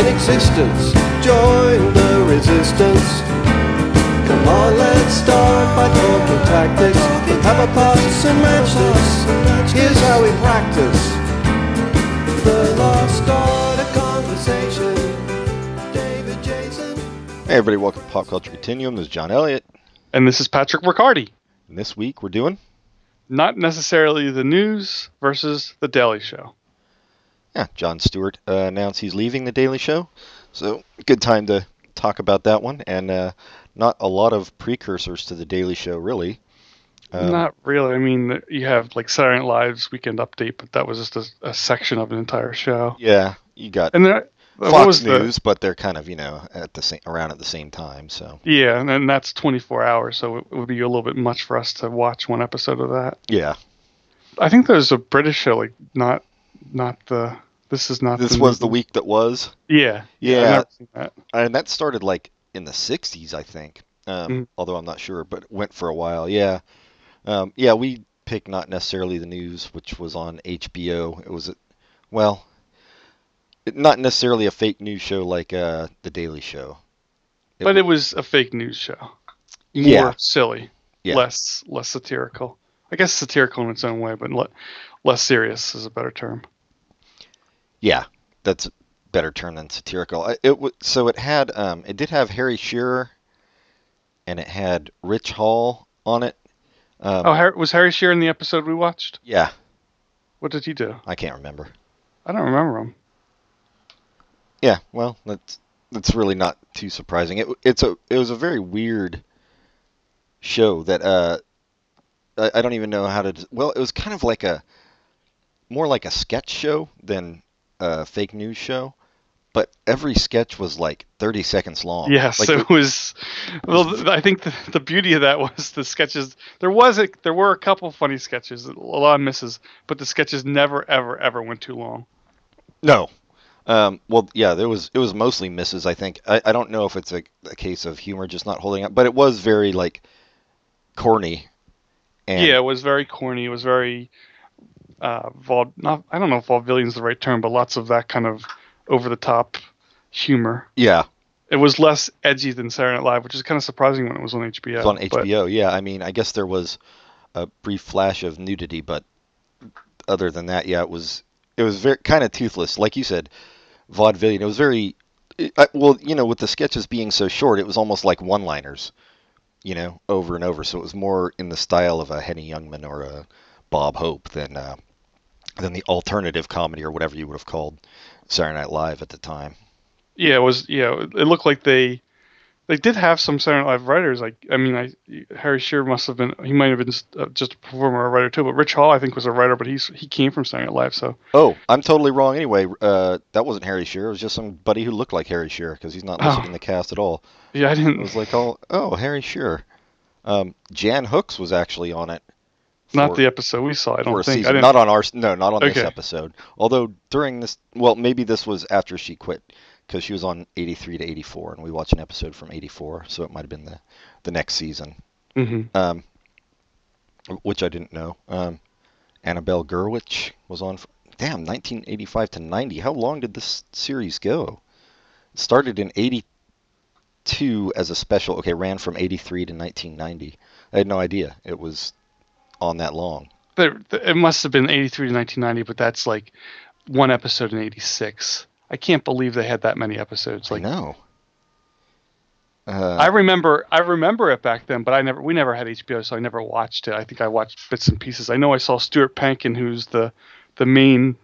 existence. Join the resistance. Come on, let's start by talking tactics. Have a pass and match us. Here's how we practice. The lost art of conversation. David Jason. Hey everybody, welcome to Pop Culture Continuum. This is John Elliott. And this is Patrick Riccardi. And this week we're doing Not necessarily the news versus the Daily Show. yeah, John Stewart uh, announced he's leaving the Daily Show. So good time to talk about that one and uh, not a lot of precursors to the Daily Show really. Um, Not really. I mean, you have like Saturday Night Live's Weekend Update, but that was just a, a section of an entire show. Yeah, you got And there, what Fox was the- News, but they're kind of, you know, at the same around at the same time, so yeah, and, then that's 24 hours, so it would be a little bit much for us to watch one episode of that. yeah. I think there's a British show, like not, not the. This is not. This was the week that was. Yeah. I've Yeah. never seen that. and that started like in the 60s i think um, Mhm. although i'm not sure but it went for a while yeah um, yeah we picked not necessarily the news which was on hbo it was well it, not necessarily a fake news show like uh, the daily show It But it was a fake news show. More Yeah. silly. yeah less less satirical. I guess satirical in its own way, but le- less serious is a better term. yeah that's a better term than satirical I- it was so it had um, it did have harry shearer and it had rich hall on it um, Oh, Harry, was Harry Shearer in the episode we watched? yeah What did he do? i can't remember I don't remember him. Yeah, well, that's that's really not too surprising. It it's a it was a very weird show that uh I, I don't even know how to des- well, it was kind of like a more like a sketch show than a fake news show, but every sketch was like 30 seconds long. Yes, Oh, Like it was. Well, th- I think the, the beauty of that was the sketches. There was a, there were a couple funny sketches, a lot of misses, but the sketches never, ever, ever went too long. No. Um, well, yeah, there was it was mostly misses. I think I, I don't know if it's a, a case of humor just not holding up, but it was very like corny. And Yeah, it was very corny. It was very uh, vaud. Not, I don't know if vaudevillian is the right term, but lots of that kind of over the top humor. yeah, it was less edgy than Saturday Night Live, which is kind of surprising when it was on HBO. It's on but- HBO. Yeah, I mean, I guess there was a brief flash of nudity, but other than that, yeah, it was it was very kind of toothless, like you said, vaudevillian. It was very it- I, well, you know, with the sketches being so short, it was almost like one-liners, you know, over and over. So it was more in the style of a Henny Youngman or a Bob Hope than uh, than the alternative comedy or whatever you would have called Saturday Night Live at the time. yeah, it was. Yeah, it looked like they they did have some Saturday Night Live writers. Like, I mean, I, Harry Shearer must have been. He might have been just, uh, just a performer or a writer too. But Rich Hall, I think, was a writer, but he's he came from Saturday Night Live, so Oh, I'm totally wrong. Anyway, uh, that wasn't Harry Shearer. It was just somebody who looked like Harry Shearer because he's not Oh. listed in the cast at all. yeah, I It was didn't. like, oh, oh, Harry Shearer. Um, Jan Hooks was actually on it. Not for- the episode we saw. for I don't a think. I season. didn't. Not on our. No, not on this Okay. episode. Although during this, well, maybe this was after she quit because she was on 83 to 84, and we watched an episode from 84, so it might have been the the next season, Mhm. um, which I didn't know. Um, Annabelle Gurwitch was on. For, damn, 1985 to 90. How long did this series go? It started in 82 as a special. Okay, ran from 83 to 1990. I had no idea it was on that long. There- th- It must have been '83 to 1990, but that's like one episode in '86. I can't believe they had that many episodes. Like, I know. Uh, I remember I remember it back then, but I never we never had HBO, so I never watched it. I think I watched bits and pieces. I know I saw Stuart Pankin, who's the the main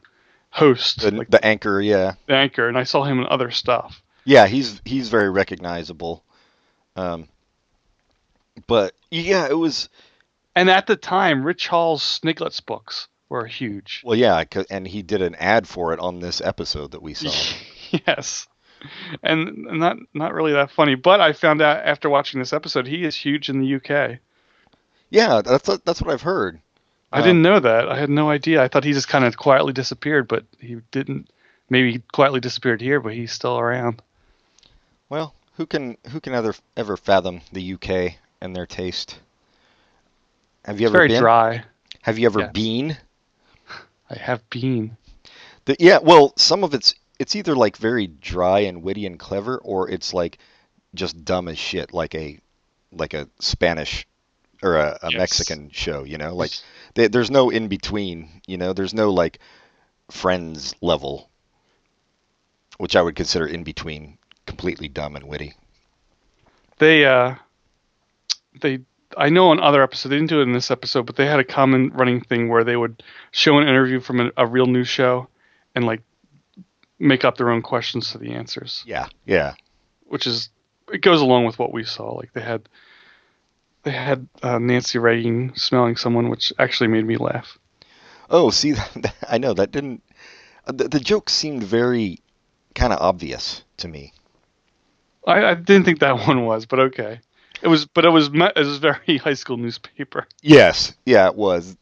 host, the, like the anchor, yeah, the anchor, and I saw him in other stuff. yeah, he's he's very recognizable. Um, but yeah, it was And at the time, Rich Hall's Sniglets books were huge. well, yeah, 'cause- and he did an ad for it on this episode that we saw. yes. And not not really that funny, but I found out after watching this episode he is huge in the UK. yeah, that's that's what I've heard. I Um, didn't know that. I had no idea. I thought he just kind of quietly disappeared, but he didn't. Maybe he quietly disappeared here, but he's still around. Well, who can who can ever ever fathom the UK and their taste? Have you It's ever very been? dry. Have you ever Yes. been? I have been. The, yeah, well, some of it's it's either like very dry and witty and clever, or it's like just dumb as shit, like a like a Spanish or a, a Yes. Mexican show. You know, like there there's no in between. You know, there's no like Friends level, which I would consider in between, completely dumb and witty. they uh they I know on other episodes they didn't do it in this episode, but they had a common running thing where they would show an interview from a, a real news show and like make up their own questions to the answers, Yeah, yeah. which is it goes along with what we saw. Like they had they had uh, Nancy Reagan smelling someone, which actually made me laugh. Oh, see, I know that didn't. uh, The, the joke seemed very kind of obvious to me. I, I didn't think that one was, but okay. It was, but it was me- it was very high school newspaper, Yes, yeah, it was.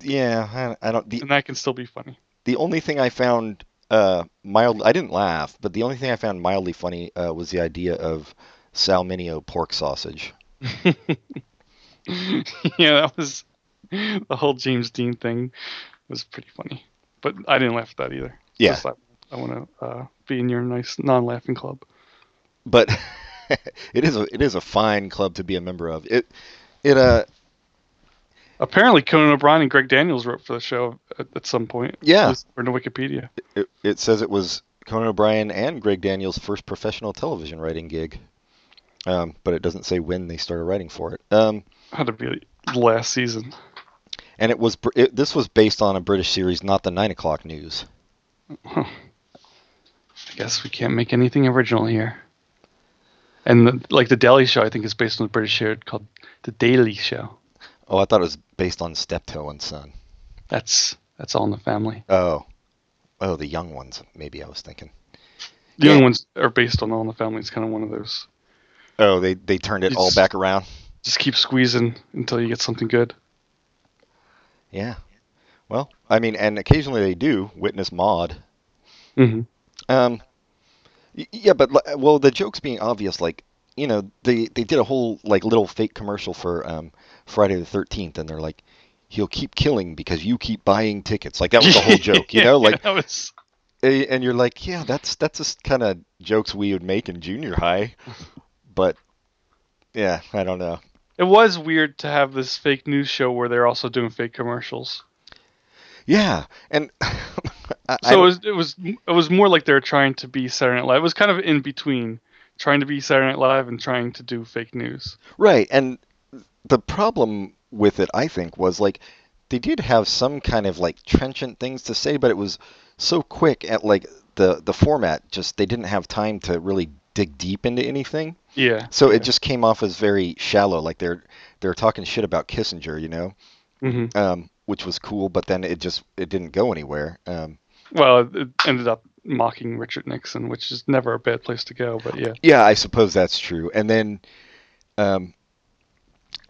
Yeah, I, I don't. The and that can still be funny. the only thing I found uh mild, I didn't laugh, but the only thing I found mildly funny uh, was the idea of Salminio pork sausage. yeah, that was the whole James Dean thing was pretty funny, but I didn't laugh at that either. Yeah. Just like, I want to uh, be in your nice non-laughing club. but it is a it is a fine club to be a member of. It it uh Apparently, Conan O'Brien and Greg Daniels wrote for the show at, at some point. Yeah. according to Wikipedia. it, it says it was Conan O'Brien and Greg Daniels' first professional television writing gig. Um, but it doesn't say when they started writing for it. Um, Had to be the last season. and it was br- it, this was based on a British series, not the Nine O'clock News. I guess we can't make anything original here. And the, like the Daily Show, I think is based on the British show called The Daily Show. Oh, I thought it was based on Steptoe and Son. That's that's all in the family. Oh, oh, the young ones. Maybe I was thinking. The Yeah. young ones are based on All in the Family. It's kind of one of those Oh, they they turned it all It's- back around. just keep squeezing until you get something good. Yeah. Well, I mean, and occasionally they do witness Maud. Mm-hmm. Um, y- yeah, but li- well, the joke's being obvious. Like, you know, they they did a whole like little fake commercial for um, Friday the Thirteenth, and they're like, "He'll keep killing because you keep buying tickets." Like that was the whole joke, you know? Like, that was a- and you're like, "Yeah, that's that's just kind of jokes we would make in junior high," but yeah, I don't know. it was weird to have this fake news show where they're also doing fake commercials. Yeah, and I, I So it don't- was it was it was more like they're trying to be Saturday Night Live. It was kind of in between trying to be Saturday Night Live and trying to do fake news. Right, and the problem with it, I think, was like they did have some kind of like trenchant things to say, but it was so quick at like the the format just they didn't have time to really dig deep into anything. Yeah. So it just came off as very shallow, like they're they're talking shit about Kissinger, you know, hmm um, which was cool, but then it just it didn't go anywhere. Um, Well, it ended up mocking Richard Nixon, which is never a bad place to go. But yeah, Yeah, I suppose that's true. And then, um,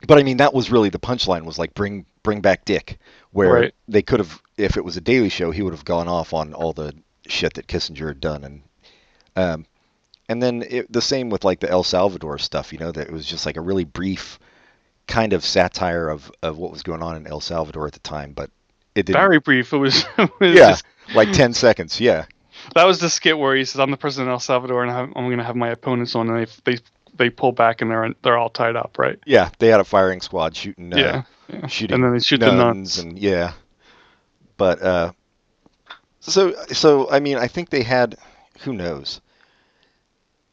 but I mean, that was really the punchline was like bring bring back Dick, where Right. they could have, if it was a Daily Show, he would have gone off on all the shit that Kissinger had done, and um, and then it, the same with like the El Salvador stuff, you know, that it was just like a really brief kind of satire of of what was going on in El Salvador at the time, but it didn't. very brief. It was, it was yeah, just- like ten seconds. Yeah, That was the skit where he says, "I'm the president of El Salvador, and I have- I'm going to have my opponents on." And they they they pull back, and they're they're all tied up, right? yeah. They had a firing squad shooting. Uh, yeah, yeah. shooting and then they shoot the nuns. and yeah but uh so so i mean i think they had who knows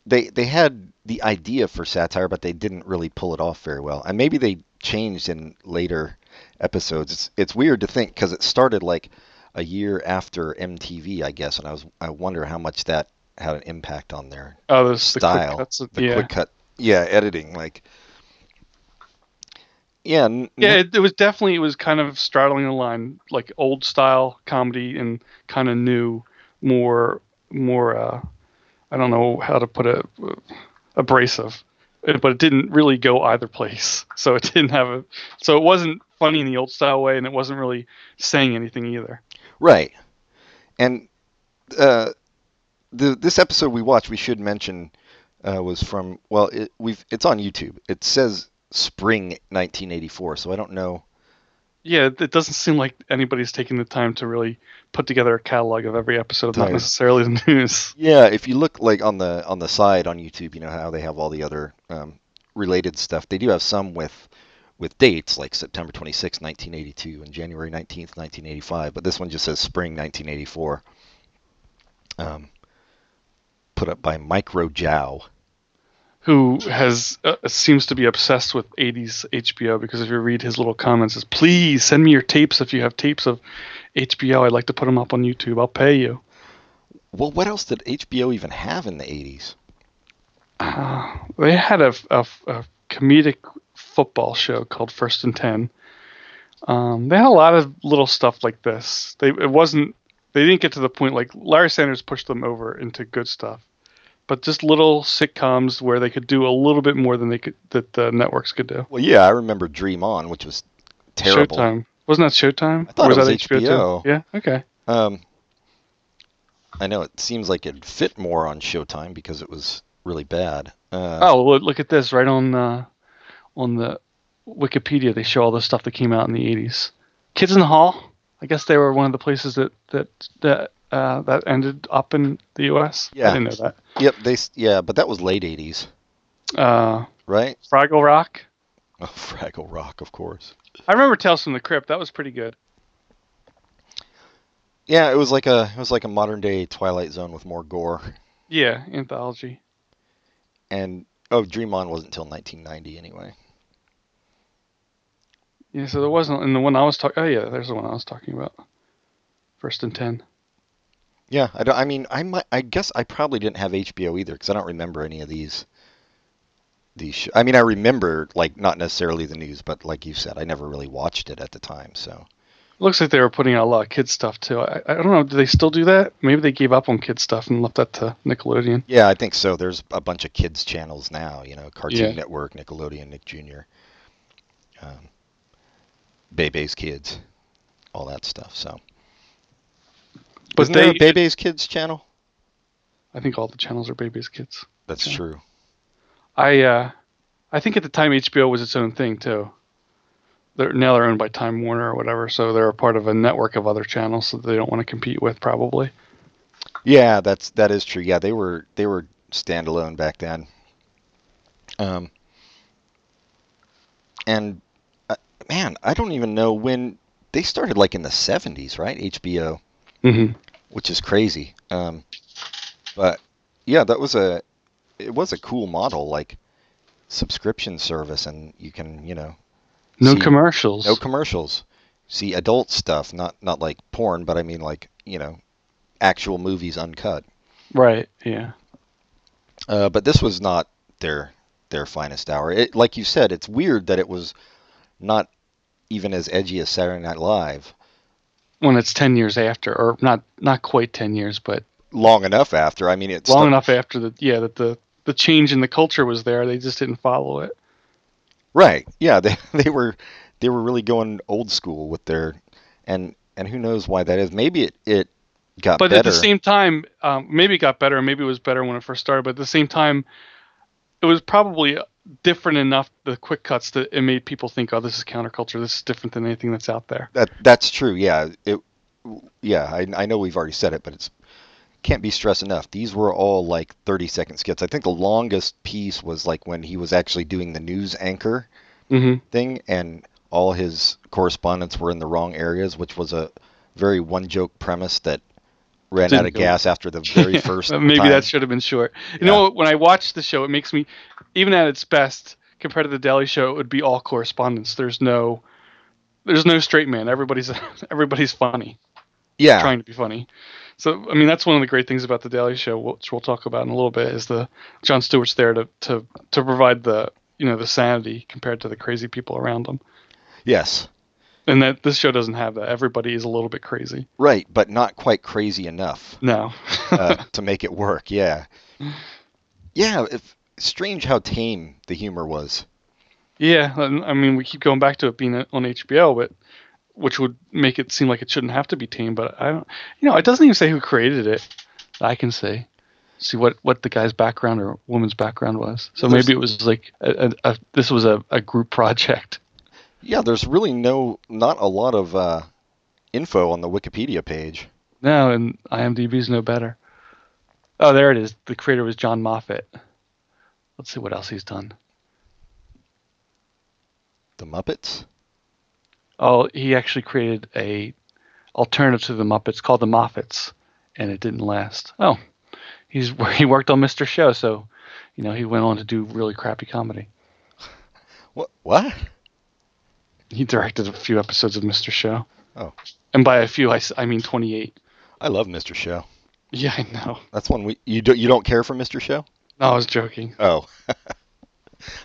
they they had the idea for satire but they didn't really pull it off very well and maybe they changed in later episodes it's it's weird to think because it started like a year after mtv i guess and i was i wonder how much that had an impact on their oh, there's the style, quick cuts. of- the yeah, quick cut yeah editing like yeah n- yeah. It, it was definitely it was kind of straddling the line, like old style comedy and kind of new, more more. Uh, I don't know how to put it, uh, abrasive, Uh, but it didn't really go either place. So it didn't have a. So it wasn't funny in the old style way, and it wasn't really saying anything either. Right. And uh, the this episode we watched, we should mention, uh, was from well, it, we've it's on YouTube. It says spring 1984, so I don't know yeah, it it doesn't seem like anybody's taking the time to really put together a catalog of every episode, not Right. necessarily the news. Yeah, if you look like on the on the side on YouTube, you know how they have all the other um, related stuff. They do have some with with dates like September 26, 1982 and January 19th, 1985, but this one just says spring 1984. Um, put up by Micro Jow. Who has uh, seems to be obsessed with 80s HBO because if you read his little comments, is please send me your tapes if you have tapes of HBO. I'd like to put them up on YouTube. I'll pay you. Well, what else did HBO even have in the 80s? they had a, a, a comedic football show called First and Ten. Um, they had a lot of little stuff like this. They it wasn't they didn't get to the point like Larry Sanders pushed them over into good stuff, but just little sitcoms where they could do a little bit more than they could that the networks could do. Well, yeah, I remember Dream On, which was terrible. Showtime wasn't that Showtime? I thought Or it that was HBO. too? Yeah. Okay. Um, I know it seems like it'd fit more on Showtime because it was really bad. Uh, Oh, well, look at this right on uh, on the Wikipedia. They show all the stuff that came out in the '80s. Kids in the Hall. I guess they were one of the places that that that uh, that ended up in the U.S. Yeah. I didn't know Yep, they s- yeah, but that was late '80s, that. Uh, right? Fraggle Rock. Oh, Fraggle Rock, of course. I remember Tales from the Crypt. That was pretty good. Yeah, it was like a it was like a modern day Twilight Zone with more gore. Yeah, anthology. And oh, Dream On wasn't until 1990 anyway. Yeah, so there wasn't. And the one I was talking. Oh yeah, there's the one I was talking about. First and ten. Yeah, I don't. I mean, I might. I guess I probably didn't have HBO either because I don't remember any of these. These. Sh- I mean, I remember like not necessarily the news, but like you said, I never really watched it at the time. So Looks like they were putting out a lot of kids stuff too. I, I don't know. Do they still do that? Maybe they gave up on kids stuff and left that to Nickelodeon. yeah, I think so. There's a bunch of kids channels now. You know, Cartoon Yeah. Network, Nickelodeon, Nick Jr., um, Bebe's Kids, all that stuff. So. But Isn't there they- a Bebe's Kids channel? I think all the channels are babies kids. That's Yeah. true. I uh, I think at the time HBO was its own thing too. They're now they're owned by Time Warner or whatever, so they're a part of a network of other channels that they don't want to compete with probably. Yeah, that's that is true. Yeah, they were they were standalone back then. Um, and uh, man, I don't even know when they started. Like in the seventies, right? HBO, Mm-hmm. which is crazy. Um, but yeah, that was a it was a cool model, like subscription service, and you can you know No See, commercials. No commercials. See adult stuff, not not like porn, but I mean like you know, actual movies uncut. right. Yeah. Uh, but this was not their their finest hour. It, like you said, it's weird that it was not even as edgy as Saturday Night Live. When it's ten years after, or not not quite ten years, but Long enough after. I mean, it's long enough after the yeah that the the change in the culture was there. They just didn't follow it. Right. Yeah. They they were they were really going old school with their and and who knows why that is. Maybe it it got but at better. the same time, um, maybe it got better, and maybe it was better when it first started. But at the same time, it was probably different enough the quick cuts that it made people think, "Oh, this is counterculture. This is different than anything that's out there." That that's true. Yeah. It. Yeah. I I know we've already said it, but it's can't be stressed enough. These were all like 30 second skits. I think the longest piece was like when he was actually doing the news anchor Mm-hmm. thing, and all his correspondents were in the wrong areas, which was a very one joke premise that ran Didn't out of go- gas after the very first. Uh, maybe time. that should have been short. You know, what, when I watch the show, it makes me, even at its best, compared to the Daily Show, it would be all correspondence. There's no, there's no straight man. Everybody's everybody's funny. yeah. trying to be funny. So I mean, that's one of the great things about the Daily Show, which we'll talk about in a little bit, is the John Stewart's there to to to provide the you know the sanity compared to the crazy people around them, Yes. and that this show doesn't have that. Everybody is a little bit crazy. Right, but not quite crazy enough. No, uh, to make it work. Yeah, yeah. If strange how tame the humor was. yeah, and, I mean, we keep going back to it being on HBO, but which would make it seem like it shouldn't have to be tame. But I don't, you know, it doesn't even say who created it. that I can say. See what, what the guy's background or woman's background was. So There's- maybe it was like a, a, a, this was a, a group project. Yeah, there's really no, not a lot of uh, info on the Wikipedia page. No, and IMDb's no better. Oh, there it is. The creator was John Moffat. Let's see what else he's done. The Muppets? Oh, he actually created a alternative to the Muppets called the Moffats, and it didn't last. Oh, he's he worked on Mr. Show, so you know he went on to do really crappy comedy. What? What? He directed a few episodes of Mr. Show, Oh, and by a few I, s- I mean 28. I love Mr. Show. Yeah, I know. That's one we you don't you don't care for Mr. Show? No, I was joking. Oh, I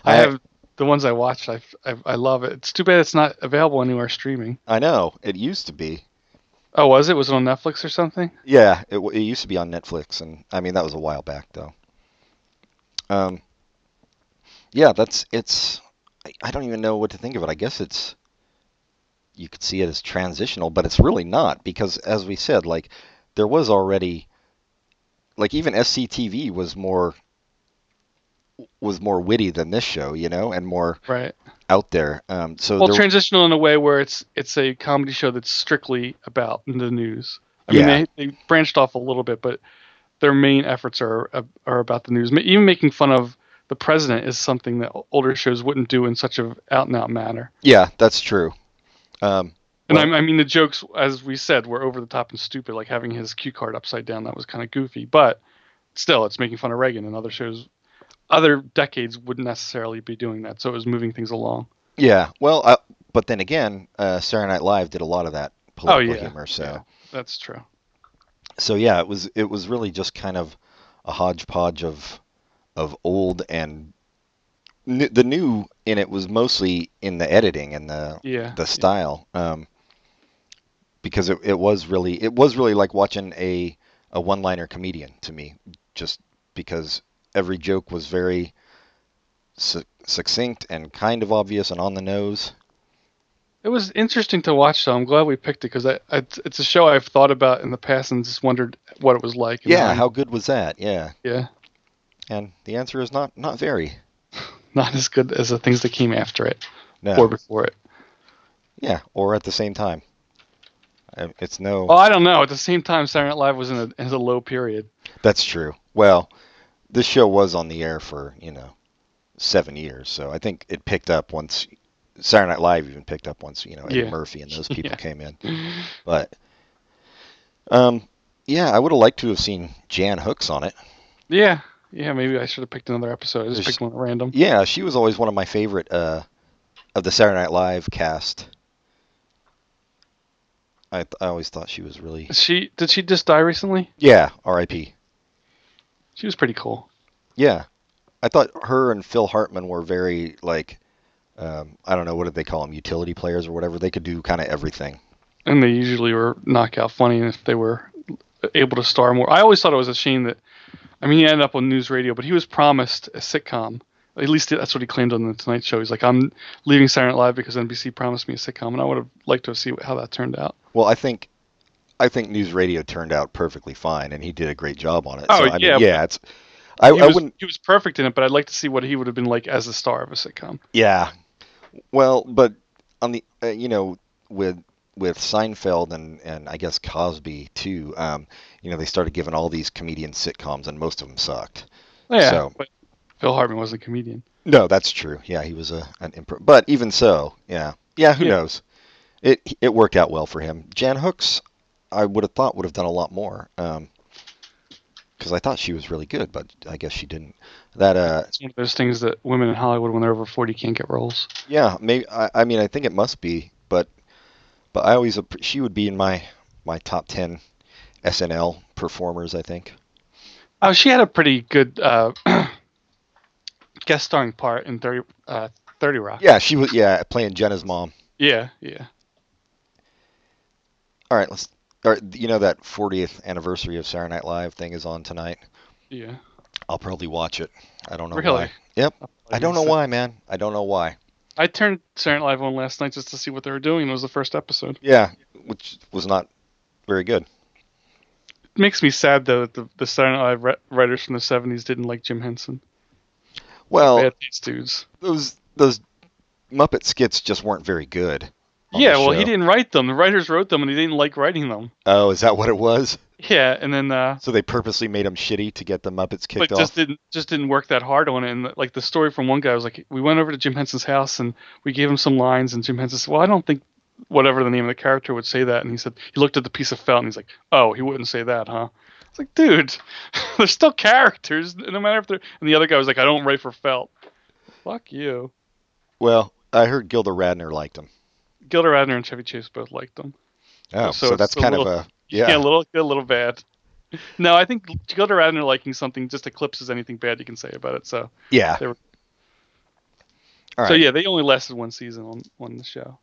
I- have the ones I watched. I, I I love it. It's too bad it's not available anywhere streaming. I know it used to be. Oh, was it? Was it on Netflix or something? Yeah, it, w- it used to be on Netflix, and I mean that was a while back though. Um, yeah, that's it's. I, I don't even know what to think of it. I guess it's. You could see it as transitional, but it's really not because, as we said, like there was already, like even SCTV was more was more witty than this show, you know, and more Right. out there. Um, so Well, there, transitional in a way where it's it's a comedy show that's strictly about the news. I Yeah. mean, they, they branched off a little bit, but their main efforts are are about the news. Ma- Even making fun of the president is something that older shows wouldn't do in such a out and out manner. yeah, that's true. Um, And Well- I, I mean, the jokes, as we said, were over the top and stupid, like having his cue card upside down. That was kind of goofy, but still, it's making fun of Reagan and other shows. Other decades wouldn't necessarily be doing that, so it was moving things along. Yeah, well, I, but then again, uh, Saturday Night Live did a lot of that political Oh, yeah, humor. So, yeah. That's true. so yeah, it was it was really just kind of a hodgepodge of of old and n- the new in it was mostly in the editing and the Yeah. the style, um, because it, it was really it was really like watching a a one liner comedian to me, just because every joke was very su- succinct and kind of obvious and on the nose. It was interesting to watch, though. I'm glad we picked it because I, I, it's a show I've thought about in the past and just wondered what it was like. And Yeah, then- how good was that? Yeah. yeah, And the answer is not not very. not as good as the things that came after it No. or before it. yeah, or at the same time. Um, It's no. Well, I don't know. At the same time, Saturday Night Live was in a, in a low period. That's true. Well, this show was on the air for you know seven years, so I think it picked up once. Saturday Night Live even picked up once you know Eddie Yeah. Murphy and those people Yeah. came in. But um, yeah, I would have liked to have seen Jan Hooks on it. Yeah, yeah. Maybe I should have picked another episode. I just There's- picked one at random. Yeah, she was always one of my favorite uh, of the Saturday Night Live cast. I, th- I always thought she was really She did she just die recently? Yeah, R.I.P. She was pretty cool. Yeah, I thought her and Phil Hartman were very like, um, I don't know what did they call them, utility players or whatever. They could do kind of everything. And they usually were knockout funny if they were able to star more. I always thought it was a shame that I mean he ended up on news radio, but he was promised a sitcom. At least that's what he claimed on the Tonight Show. He's like, I'm leaving Saturday Night Live because NBC promised me a sitcom, and I would have liked to see how that turned out. Well, I think, I think News Radio turned out perfectly fine, and he did a great job on it. Oh, so, I yeah, mean, yeah. It's, I, He, I was, wouldn't. he was perfect in it, but I'd like to see what he would have been like as the star of a sitcom. Yeah. Well, but on the uh, you know with with Seinfeld and and I guess Cosby too, um, you know they started giving all these comedian sitcoms, and most of them sucked. Yeah, So- but Phil Hartman was a comedian. No, that's true. Yeah, he was a an improv. But even so, yeah, yeah. Who Yeah. knows? It it worked out well for him. Jan Hooks, I would have thought would have done a lot more. Um, because I thought she was really good, but I guess she didn't. That uh, It's one of those things that women in Hollywood, when they're over 40, can't get roles. yeah. Maybe I, I mean I think it must be, but but I always appre- she would be in my my top ten SNL performers. I think. Oh, she had a pretty good uh, guest starring part in 30, uh, 30 Rock. Yeah, she was. Yeah, playing Jenna's mom. Yeah, yeah. All right, let's. All right, you know that 40th anniversary of Saturday Night Live thing is on tonight. yeah. I'll probably watch it. I don't know Really? why. Yep. I don't know So- why, man. I don't know why. I turned Saturday Night Live on last night just to see what they were doing. and It was the first episode. Yeah, which was not very good. It makes me sad, though, that the, the Saturday Night Live wri- writers from the 70s didn't like Jim Henson. Well, Bad taste dudes. those those Muppet skits just weren't very good. on yeah, the well, he show. didn't write them. The writers wrote them, and he didn't like writing them. Oh, is that what it was? Yeah, and then uh, So they purposely made him shitty to get the Muppets like kicked off. just didn't just didn't work that hard on it. And like the story from one guy was like, we went over to Jim Henson's house and we gave him some lines, and Jim Henson said, well, I don't think whatever the name of the character would say that. And he said he looked at the piece of felt and he's like, oh, he wouldn't say that, huh? It's like, dude, they're still characters, no matter if they're. And the other guy was like, I don't write for felt. Fuck you. Well, I heard Gilda Radner liked him. Gilda Radner and Chevy Chase both liked them. Oh, So so, it's that's a kind little- of a yeah. a little, a little bad. No, I think Gilda Radner liking something just eclipses anything bad you can say about it. So, yeah. they were- All right, so yeah, they only lasted one season on, on the show.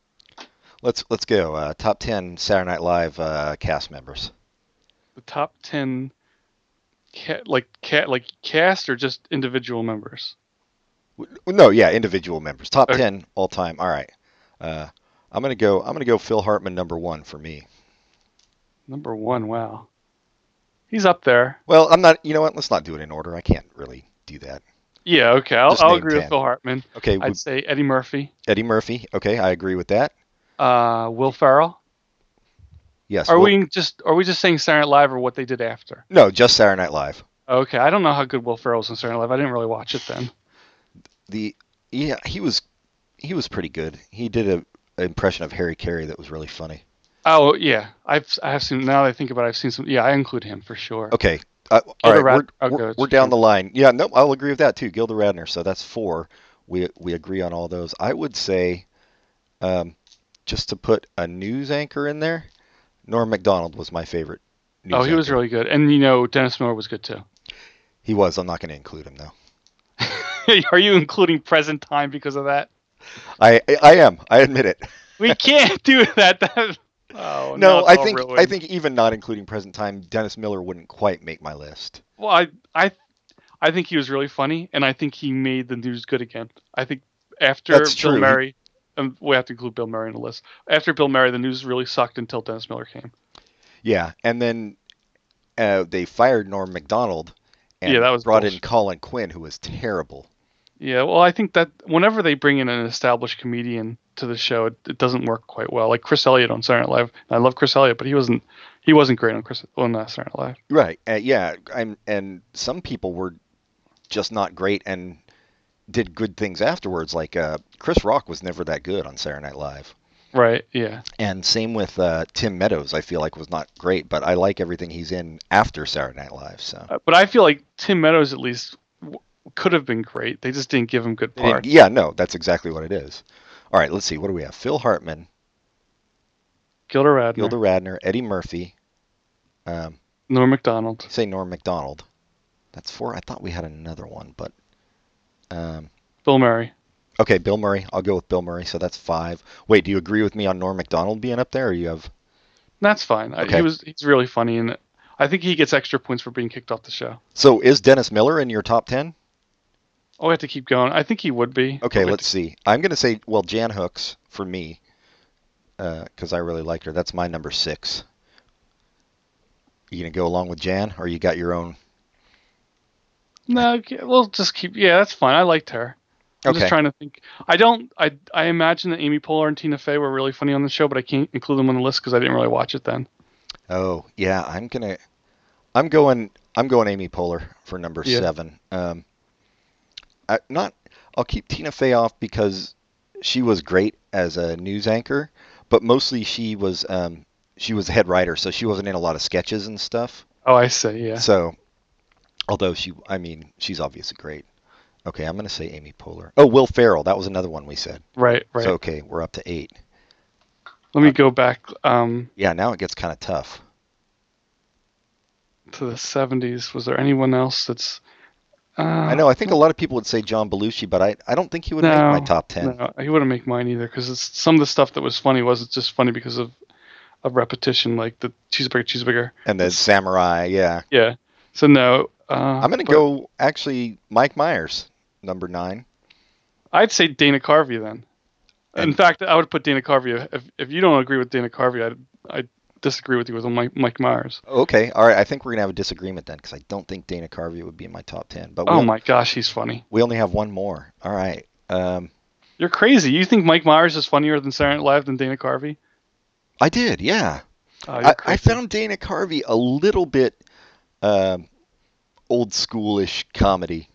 let's let's go. Uh, top ten Saturday Night Live uh, cast members. The top ten, ca- like cat, like cast or just individual members. W- No, yeah, individual members. Top Okay. ten all time. All right, uh, I'm gonna go. I'm gonna go Phil Hartman number one for me. Number one, wow, he's up there. Well, I'm not. You know what? Let's not do it in order. I can't really do that. Yeah, okay, I'll, Just I'll name agree with 10. Phil Hartman. Okay, I'd say Eddie Murphy, Eddie Murphy. Okay, I agree with that. uh, Will Ferrell. Yes. Are well- we just are we just saying Saturday Night Live or what they did after? No, just Saturday Night Live. Okay, I don't know how good Will Ferrell was in Saturday Night Live. I didn't really watch it then. The yeah, he was he was pretty good. He did a an impression of Harry Carey that was really funny. Oh yeah, I've I have seen. Now that I think about, it, I've seen some. Yeah, I include him for sure. Okay. Uh, all Gilda right, we're, Radner- I'll we're, go, it's we're down fine. the line. Yeah, no, I'll agree with that too. Gilda Radner. So that's four. We we agree on all those. I would say, um, just to put a news anchor in there, Norm Macdonald was my favorite. News oh, he was anchor. really good, and you know Dennis Miller was good too. He was. I'm not going to include him though. Are you including present time because of that? I I, I am. I admit it. We can't do that. That- oh No, it's I all think I ruined. think even not including present time, Dennis Miller wouldn't quite make my list. Well, I I I think he was really funny, and I think he made the news good again. I think after That's Bill true. Murray, um, we have to include Bill Murray in the list. After Bill Murray, the news really sucked until Dennis Miller came. Yeah, and then uh, they fired Norm Macdonald and Yeah, that was brought in bullshit. Colin Quinn, who was terrible. Yeah, well, I think that whenever they bring in an established comedian to the show, it, it doesn't work quite well. Like Chris Elliott on Saturday Night Live. I love Chris Elliott, but he wasn't he wasn't great on Chris on uh, Saturday Night Live. Right. Uh, yeah. I'm, and some people were just not great and did good things afterwards. Like uh, Chris Rock was never that good on Saturday Night Live. Right? Yeah. And same with uh, Tim Meadows. I feel like was not great, but I like everything he's in after Saturday Night Live. So Uh, But I feel like Tim Meadows at least w- could have been great. They just didn't give him good And- parts. yeah, no, that's exactly what it is. All right. Let's see. What do we have? Phil Hartman, Gilda Radner, Gilda Radner, Eddie Murphy. Um, Norm Macdonald. say Norm Macdonald. That's four. I thought we had another one, but um, Bill Murray. okay, Bill Murray. I'll go with Bill Murray. So that's five. Wait, do you agree with me on Norm Macdonald being up there? Or you have That's fine. I, Okay. he was he's really funny, and I think he gets extra points for being kicked off the show. so is Dennis Miller in your top ten? Oh, we have to keep going. I think he would be. Okay, We have let's see. I'm gonna say well Jan Hooks for me because I really like her. That's my number six. You gonna go along with Jan, or you got your own? to- No, okay, we'll just keep. Yeah, that's fine. I liked her. I'm okay, just trying to think. I don't. I I imagine that Amy Poehler and Tina Fey were really funny on the show, but I can't include them on the list because I didn't really watch it then. Oh yeah, I'm gonna, I'm going, I'm going Amy Poehler for number Yeah. seven. Um, I, not, I'll keep Tina Fey off because she was great as a news anchor, but mostly she was, um, she was a head writer, so she wasn't in a lot of sketches and stuff. Oh, I see. Yeah. So, although she, I mean, she's obviously great. Okay, I'm gonna say Amy Poehler. Oh, Will Ferrell, that was another one we said. Right. Right. So uh, okay, we're up to eight. Let me go back um, Yeah, now it gets kind of tough. to the '70s. Was there anyone else that's? Uh, I know. I think a lot of people would say John Belushi, but I, I don't think he would make my No, top ten. No, he wouldn't make mine either because some of the stuff that was funny wasn't just funny because of of repetition, like the cheeseburger, cheeseburger. And then Samurai, yeah. Yeah. So no. Uh, I'm gonna but go actually Mike Myers, number nine. I'd say Dana Carvey then. In And- fact, I would put Dana Carvey. If, if you don't agree with Dana Carvey, I I disagree with you with Mike, Mike Myers. Okay, all right. I think we're gonna have a disagreement then, because I don't think Dana Carvey would be in my top ten. But we, Oh on- my gosh, he's funny. we only have one more. All right. Um, You're crazy. You think Mike Myers is funnier than Saturday Night Live than Dana Carvey? I did, yeah. Oh, you're I, I crazy. found Dana Carvey a little bit um, old schoolish comedy.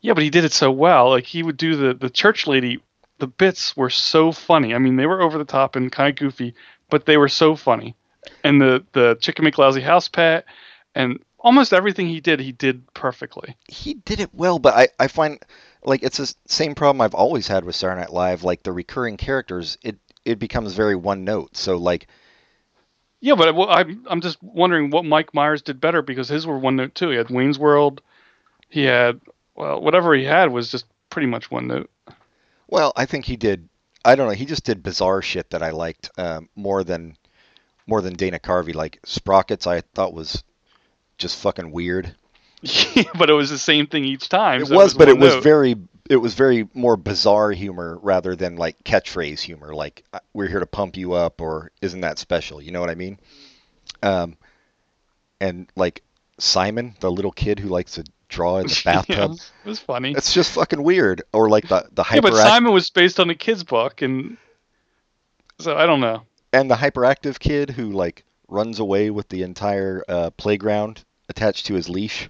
Yeah, but he did it so well. Like he would do the the church lady. The bits were so funny. I mean, they were over the top and kind of goofy, but they were so funny. And the the chicken McLousy house pat, and almost everything he did, he did perfectly. He did it well, but I, I find like it's the s- same problem I've always had with Saturday Night Live. Like the recurring characters, it it becomes very one note. So like Yeah, but well, I'm I'm just wondering what Mike Myers did better because his were one note too. He had Wayne's World. He had well, whatever he had was just pretty much one note. Well, I think he did. I don't know. He just did bizarre shit that I liked um, more than more than Dana Carvey. Like Sprockets, I thought was just fucking weird. but it was the same thing each time. It so was, but it one was note. very it was very more bizarre humor rather than like catchphrase humor. Like uh, we're here to pump you up, or isn't that special? You know what I mean? Um, and like Simon, the little kid who likes to draw in the Yeah, it bathtub. was- it was funny. It's just fucking weird. Or like the the Yeah, but hyperact- Simon was based on a kid's book, and so I don't know. and the hyperactive kid who like runs away with the entire uh, playground attached to his leash.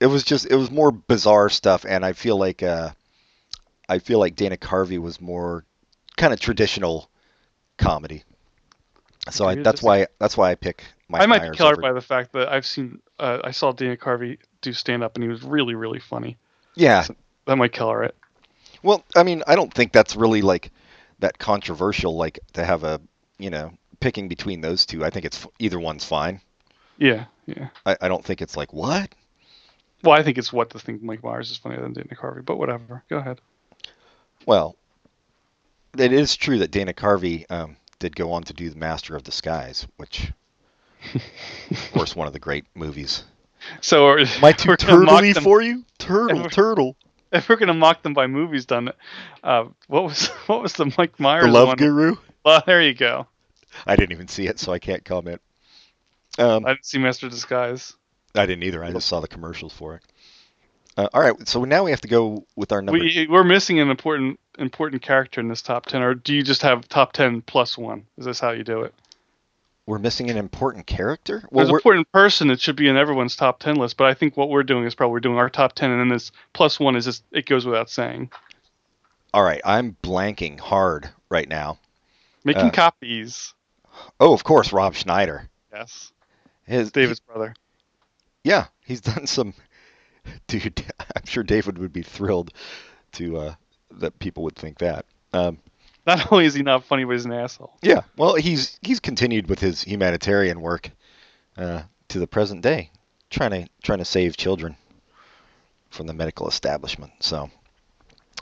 it was just it was more bizarre stuff, and I feel like uh, I feel like Dana Carvey was more kind of traditional comedy. So I, Agree to that's why that's why I pick Mike I might be Myers colored over- by the fact that I've seen, uh, I saw Dana Carvey do stand up, and he was really, really funny. Yeah, That might color it. Well, I mean, I don't think that's really like that controversial. Like to have a you know picking between those two. I think it's either one's fine. Yeah, yeah. I, I don't think it's like what Well, I think it's what to think Mike Myers is funnier than Dana Carvey, but whatever. Go ahead. Well, it is true that Dana Carvey um, did go on to do The Master of the Skies, which, of course, one of the great movies. So are, My two we're gonna mock turtly them- for you? Turtle, we're- turtle. if we're gonna mock them by movies done, uh, what was what was the Mike Myers The Love one? Guru? Well, there you go. I didn't even see it, so I can't comment. Um, I didn't see Master of Disguise. I didn't either. I just saw the commercials for it. Uh, all right, so now we have to go with our number. We we're missing an important important character in this top ten, or do you just have top ten plus one? Is this how you do it? We're missing an important character. There's Well, an we're, important person that should be in everyone's top ten list, but I think what we're doing is probably we're doing our top ten, and then this plus one is just it goes without saying. all right, I'm blanking hard right now. Making Uh, copies. Oh, of course, Rob Schneider. Yes, His David's brother. Yeah, he's done some. Dude, I'm sure David would be thrilled to uh, that people would think that. Um, Not only is he not funny, but he's an asshole. yeah, well, he's he's continued with his humanitarian work uh, to the present day, trying to trying to save children from the medical establishment. So,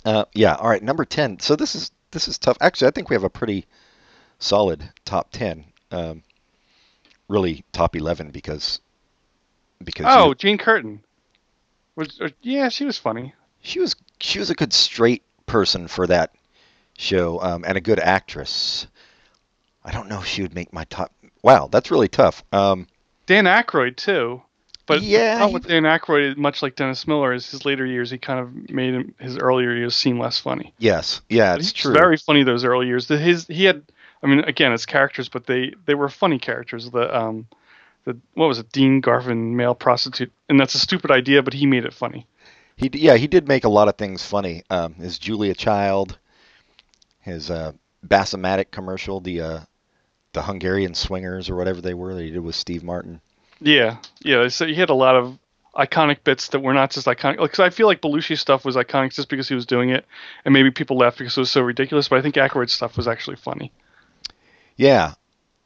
uh, yeah, all right, number ten. So this is this is tough. Actually, I think we have a pretty solid top ten. Um, really, top eleven because because you- Oh, Jane Curtin. Was, or, yeah, she was funny. She was she was a good straight person for that show, um, and a good actress. I don't know if she would make my top. Wow, that's really tough. Um, Dan Aykroyd too. But Yeah, yeah, not he- with Dan Aykroyd, much like Dennis Miller, is his later years he kind of made him, his earlier years seem less funny. yes, yeah, But it's he's true. Very funny those early years. The- His he had, I mean, again, it's characters, but they they were funny characters. The um, the what was it, Dean Garvin, male prostitute, and that's a stupid idea, but he made it funny. He d- yeah he did make a lot of things funny. Um, his Julia Child, his uh, Bassomatic commercial, the uh, the Hungarian swingers or whatever they were that he did with Steve Martin. Yeah, yeah. So he had a lot of iconic bits that were not just iconic. Because I feel like Belushi stuff was iconic just because he was doing it, and maybe people laughed because it was so ridiculous. But I think Aykroyd stuff was actually funny. Yeah,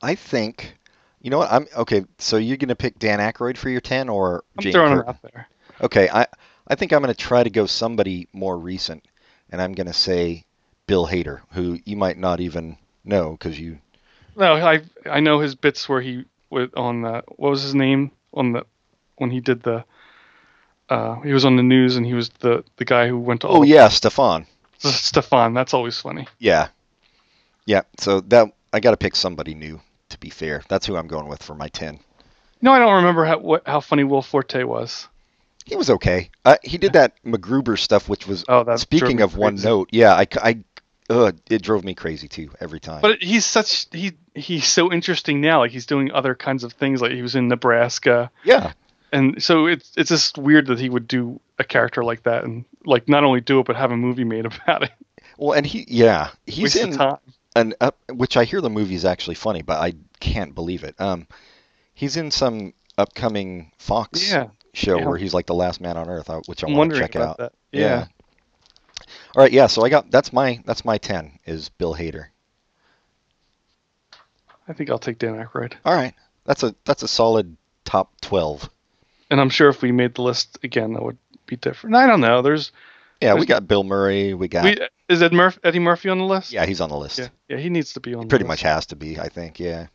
I think. You know what? I'm okay. So you're gonna pick Dan Aykroyd for your ten, or I'm Jane throwing Curtin? him out there. Okay, I I think I'm going to try to go somebody more recent, and I'm going to say Bill Hader, who you might not even know because you. No, I I know his bits where he was on the what was his name on the when he did the uh he was on the news and he was the the guy who went to all Oh yeah, Stefan. the, Stefan. That's always funny. Yeah, yeah. So that I got to pick somebody new. To be fair, that's who I'm going with for my ten. No, I don't remember how what, how funny Will Forte was. he was okay. Uh, he did that MacGruber stuff, which was Oh, that's speaking of one note. Yeah, I, c- I- ugh, it drove me crazy too every time. But he's such he he's so interesting now. Like he's doing other kinds of things. Like he was in Nebraska, yeah, and so it's it's just weird that he would do a character like that and like not only do it but have a movie made about it. well, and he yeah he's Waste of in time. an up, which I hear the movie is actually funny, but I can't believe it. Um, he's in some upcoming Fox Yeah, show yeah. where he's like the last man on earth, uh, which I I'm want to wondering check about out. that. Yeah. All right, yeah. So I got that's my that's my ten is Bill Hader. I think I'll take Dan Aykroyd. All right, that's a that's a solid top twelve. And I'm sure if we made the list again, that would be different. I don't know. There's Yeah, we There's- got Bill Murray. We got we, is Ed Murphy, Eddie Murphy on the list? yeah, he's on the list. yeah, yeah. He needs to be on. the Pretty list. much has to be, I think. Yeah.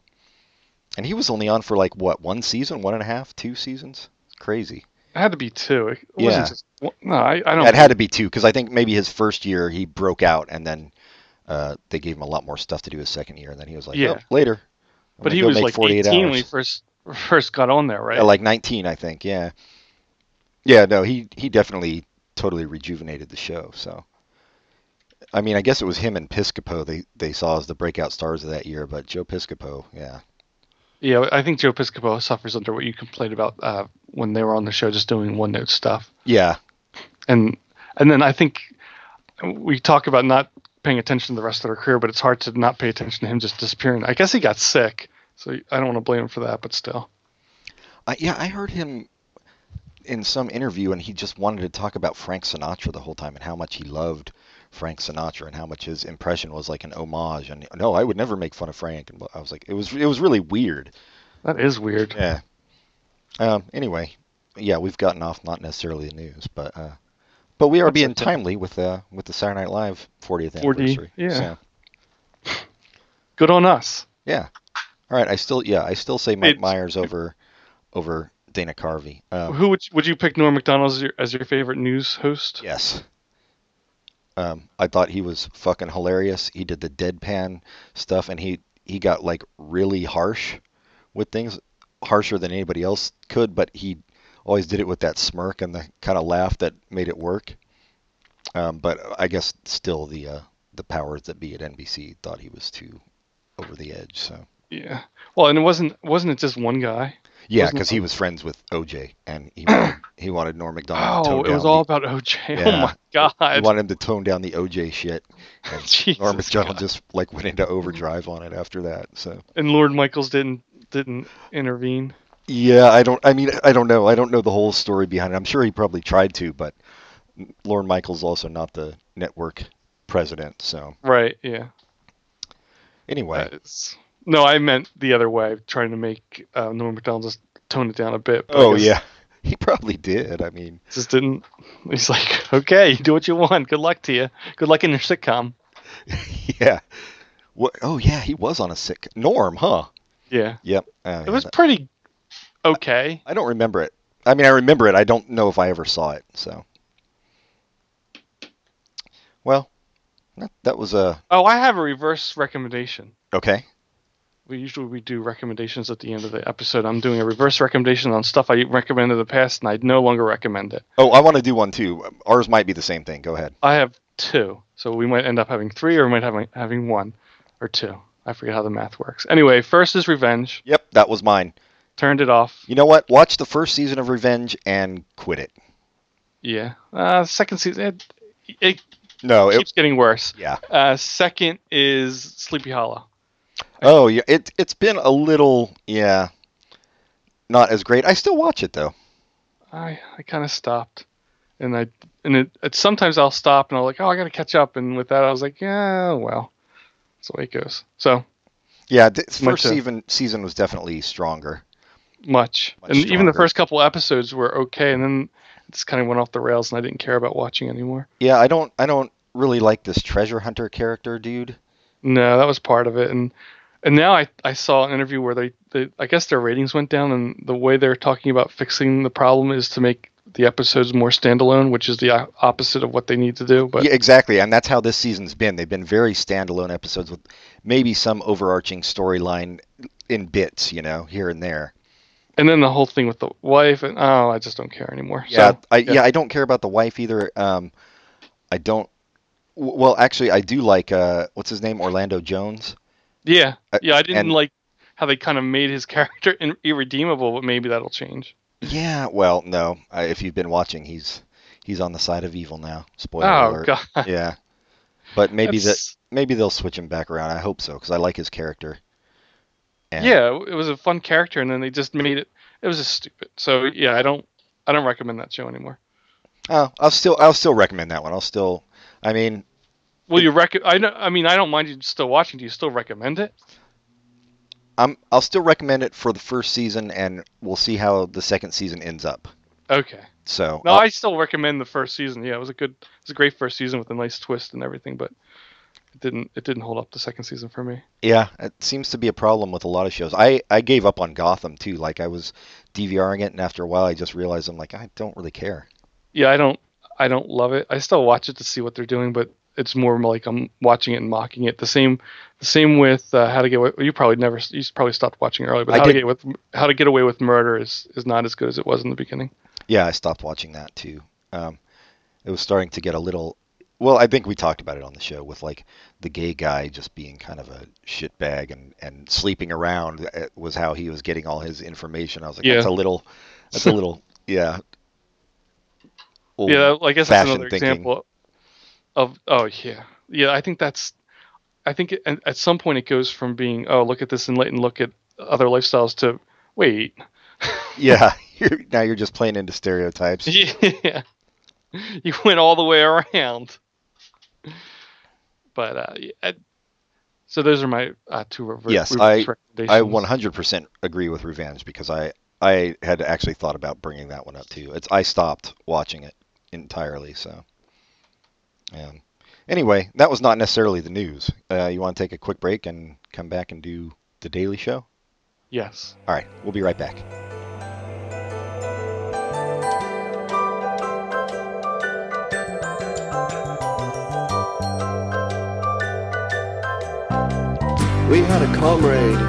And he was only on for like what one season, one and a half, two seasons. Crazy. It had to be two. It wasn't Yeah. just one- no, I, I don't. Yeah, it had to be two because I think maybe his first year he broke out, and then uh, they gave him a lot more stuff to do his second year, and then he was like, Yeah. "Oh, later." I'm but gonna he go was make like 48 18 hours. when he first first got on there, right? Yeah, like 19, I think. Yeah. Yeah, no, he he definitely totally rejuvenated the show. So, I mean, I guess it was him and Piscopo they they saw as the breakout stars of that year, but Joe Piscopo, yeah, yeah, I think Joe Piscopo suffers under what you complained about uh, when they were on the show, just doing one note stuff, yeah, and and then I think we talk about not paying attention to the rest of their career, but it's hard to not pay attention to him just disappearing. I guess he got sick, so I don't want to blame him for that, but still, I, yeah. I heard him in some interview, and he just wanted to talk about Frank Sinatra the whole time and how much he loved Frank Sinatra and how much his impression was like an homage. And no, I would never make fun of Frank. And I was like, it was it was really weird. that is weird. Yeah. Um, anyway, yeah, we've gotten off not necessarily the news, but uh, but we are That's being okay. timely with uh, with the Saturday Night Live 40th 40, anniversary. yeah. So, Good on us. yeah. All right. I still yeah I still say Mike It's- Myers over over Dana Carvey. Um, Who would you, would you pick Norm Macdonald as your, as your favorite news host? yes. Um, I thought he was fucking hilarious. He did the deadpan stuff, and he he got like really harsh with things, harsher than anybody else could. But he always did it with that smirk and the kind of laugh that made it work. Um, but I guess still the uh, the powers that be at NBC thought he was too over the edge. So Yeah. Well, and it wasn't wasn't it just one guy? yeah, Wasn't it- because he was friends with OJ, and he wanted, he wanted Norm Macdonald. to Oh, tone it was down all the- about OJ. Yeah. Oh my He god. wanted him to tone down the OJ shit. And Jesus Norm McDonald God. just like went into overdrive on it after that. So And Lord Michaels didn't didn't intervene. yeah, I don't. I mean, I don't know. I don't know the whole story behind it. I'm sure he probably tried to, but Lorne Michaels also not the network president. So Right, yeah. anyway, It's- no, I meant the other way, trying to make uh, Norm McDonald just tone it down a bit. but I oh guess yeah, he probably did. I mean, Just didn't he's like, Okay, do what you want. Good luck to you. Good luck in your sitcom. yeah. What? Oh yeah, he was on a sick Norm, huh? Yeah. Yep. Uh, It was pretty okay. I don't remember it. I mean, I remember it. I don't know if I ever saw it. So, well, that, that was uh, Oh, I have a reverse recommendation. okay. we usually we do recommendations at the end of the episode. I'm doing a reverse recommendation on stuff I recommended in the past, and I no longer recommend it. Oh, I want to do one too. Ours might be the same thing. Go ahead. I have two, so we might end up having three, or we might have having one or two. I forget how the math works. Anyway, first is Revenge. Yep, that was mine. Turned it off. You know what? Watch the first season of Revenge and quit it. Yeah. Uh, second season, it, it No, Oh, it. keeps getting worse. Yeah. Uh, second is Sleepy Hollow. Oh, yeah. It it's been a little yeah, not as great. I still watch it though. I, I kind of stopped, and I and it, it sometimes I'll stop and I'll like oh I gotta catch up, and with that I was like yeah well, that's the way it goes. So Yeah, th- Much first so. season season was definitely stronger. much. Much and even the stronger. first couple episodes were okay, and then it just kind of went off the rails, and I didn't care about watching anymore. Yeah, I don't I don't really like this treasure hunter character, dude. No, that was part of it, and and now I, I saw an interview where they, they I guess their ratings went down, and the way they're talking about fixing the problem is to make the episodes more standalone, which is the o- opposite of what they need to do. But yeah, exactly, and that's how this season's been. They've been very standalone episodes with maybe some overarching storyline in bits, you know, here and there. and then the whole thing with the wife and oh, I just don't care anymore. Yeah, So, I yeah. I don't care about the wife either. Um, I don't. w- Well, actually, I do like uh, what's his name, Orlando Jones. yeah, I- yeah. I didn't Uh, and- like how they kind of made his character in- irredeemable, but maybe that'll change. Yeah, well, no, I, if you've been watching, he's he's on the side of evil now. Spoiler oh alert. god, Yeah, but maybe that That's- maybe they'll switch him back around. I hope so because I like his character. And- Yeah, it was a fun character, and then they just made it. It was just stupid. So yeah, I don't, I don't recommend that show anymore. Oh, I'll still I'll still recommend that one. I'll still. I mean, Will you rec? I know. I mean, I don't mind you still watching. Do you still recommend it? I'm I'll still recommend it for the first season, and we'll see how the second season ends up. Okay. So No, I'll- I still recommend the first season. Yeah, it was a good, it was a great first season with a nice twist and everything, but it didn't, it didn't hold up the second season for me. Yeah, it seems to be a problem with a lot of shows. I, I gave up on Gotham too. Like I was DVRing it, and after a while, I just realized I'm like I don't really care. Yeah, I don't, I don't love it. I still watch it to see what they're doing, but it's more like I'm watching it and mocking it. The same, the same with uh, How to Get Away. You probably never, you probably stopped watching early, but I How did. to Get with How to Get Away with Murder is is not as good as it was in the beginning. Yeah, I stopped watching that too. Um, it was starting to get a little. Well, I think we talked about it on the show with like the gay guy just being kind of a shitbag and and sleeping around uh, was how he was getting all his information. I was like, Yeah. that's a little, that's a little, yeah. Oh, Old- yeah, I guess that's fashioned another thinking. example of oh yeah, yeah. I think that's, I think it, and at some point it goes from being oh look at this and let and look at other lifestyles to wait yeah. You're, now you're just playing into stereotypes. yeah, you went all the way around. But uh, yeah, I- so those are my uh, two reverse. Yes, reverse I recommendations. 100% agree with Revenge because I I had actually thought about bringing that one up too. It's I stopped watching it entirely. So, um, anyway, that was not necessarily the news. Uh, you want to take a quick break and come back and do the daily show? Yes. All right, we'll be right back. We had a comrade,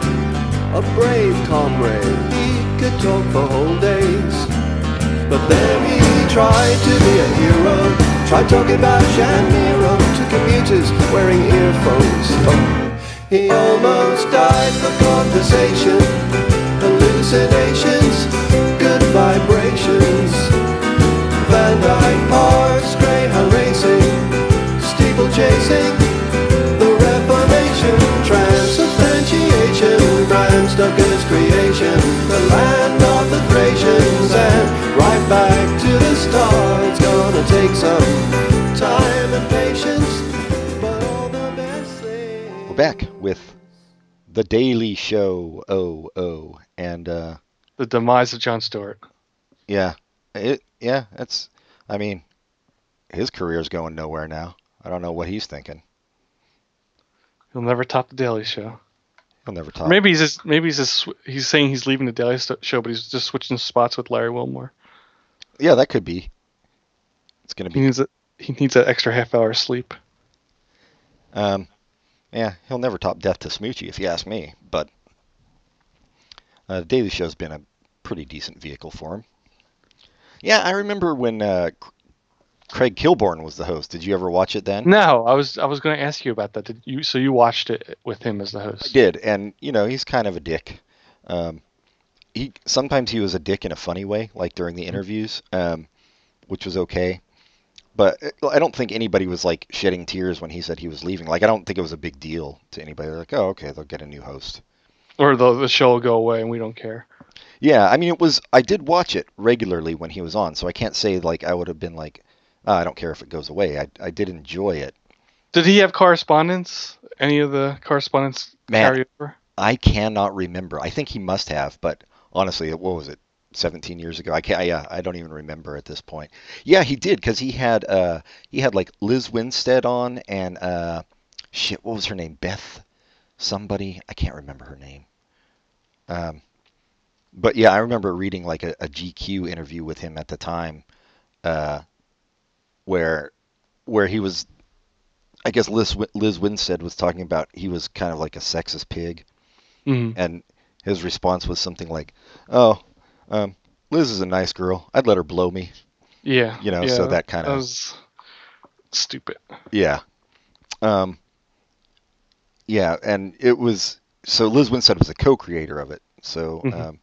a brave comrade. He could talk for whole days. But then he tried to be a hero. Tried talking about Shamiro to commuters wearing earphones. He almost died for conversation. Hallucinations, good vibrations. Van Dyke Parks, greyhound racing, steeple chasing. The Reformation, transubstantiation, Bram Stoker's creation, the land of the Thracians, and right back to the start. It's gonna take some time and patience, but all the best things. We're back with the daily show. Oh oh, and uh, The demise of John Stewart. yeah, it yeah. That's I mean, his career's going nowhere now. I don't know what he's thinking. He'll never top the Daily Show. He'll never talk. Maybe he's just maybe he's just sw- he's saying he's leaving the Daily Sto- Show, but he's just switching spots with Larry Wilmore. Yeah, that could be. It's gonna He be. needs a he needs an extra half hour of sleep. Um, yeah, he'll never top Death to Smoochie if you ask me. But uh, the Daily Show's been a pretty decent vehicle for him. Yeah, I remember when uh, C- Craig Kilborn was the host. Did you ever watch it then? No, I was I was going to ask you about that. Did you so you watched it with him as the host? I did, and you know he's kind of a dick. Um, he sometimes he was a dick in a funny way, like during the interviews, um, which was okay. But uh, I don't think anybody was like shedding tears when he said he was leaving. Like I don't think it was a big deal to anybody. They're like, oh, okay, they'll get a new host. Or the the show will go away and we don't care. Yeah, I mean it was. I did watch it regularly when he was on, so I can't say like I would have been like, "Ah, I don't care if it goes away. I I did enjoy it. Did he have correspondence? Any of the correspondence Man. carry over? I cannot remember. I think he must have, but honestly, what was it? 17 years ago. I can't. Yeah, I don't even remember at this point. Yeah, he did because he had uh he had like Liz Winstead on and uh shit, what was her name? Beth, somebody. I can't remember her name. Um, but yeah, I remember reading like a, a GQ interview with him at the time, uh, where where he was. I guess Liz Win- Liz Winstead was talking about he was kind of like a sexist pig Mhm. and his response was something like, "Oh, Um, Liz is a nice girl. I'd let her blow me. Yeah. You know, yeah, so that kinda- was stupid. Yeah. Um, yeah, and it was so Liz Winstead was a co-creator of it. So Mhm. um,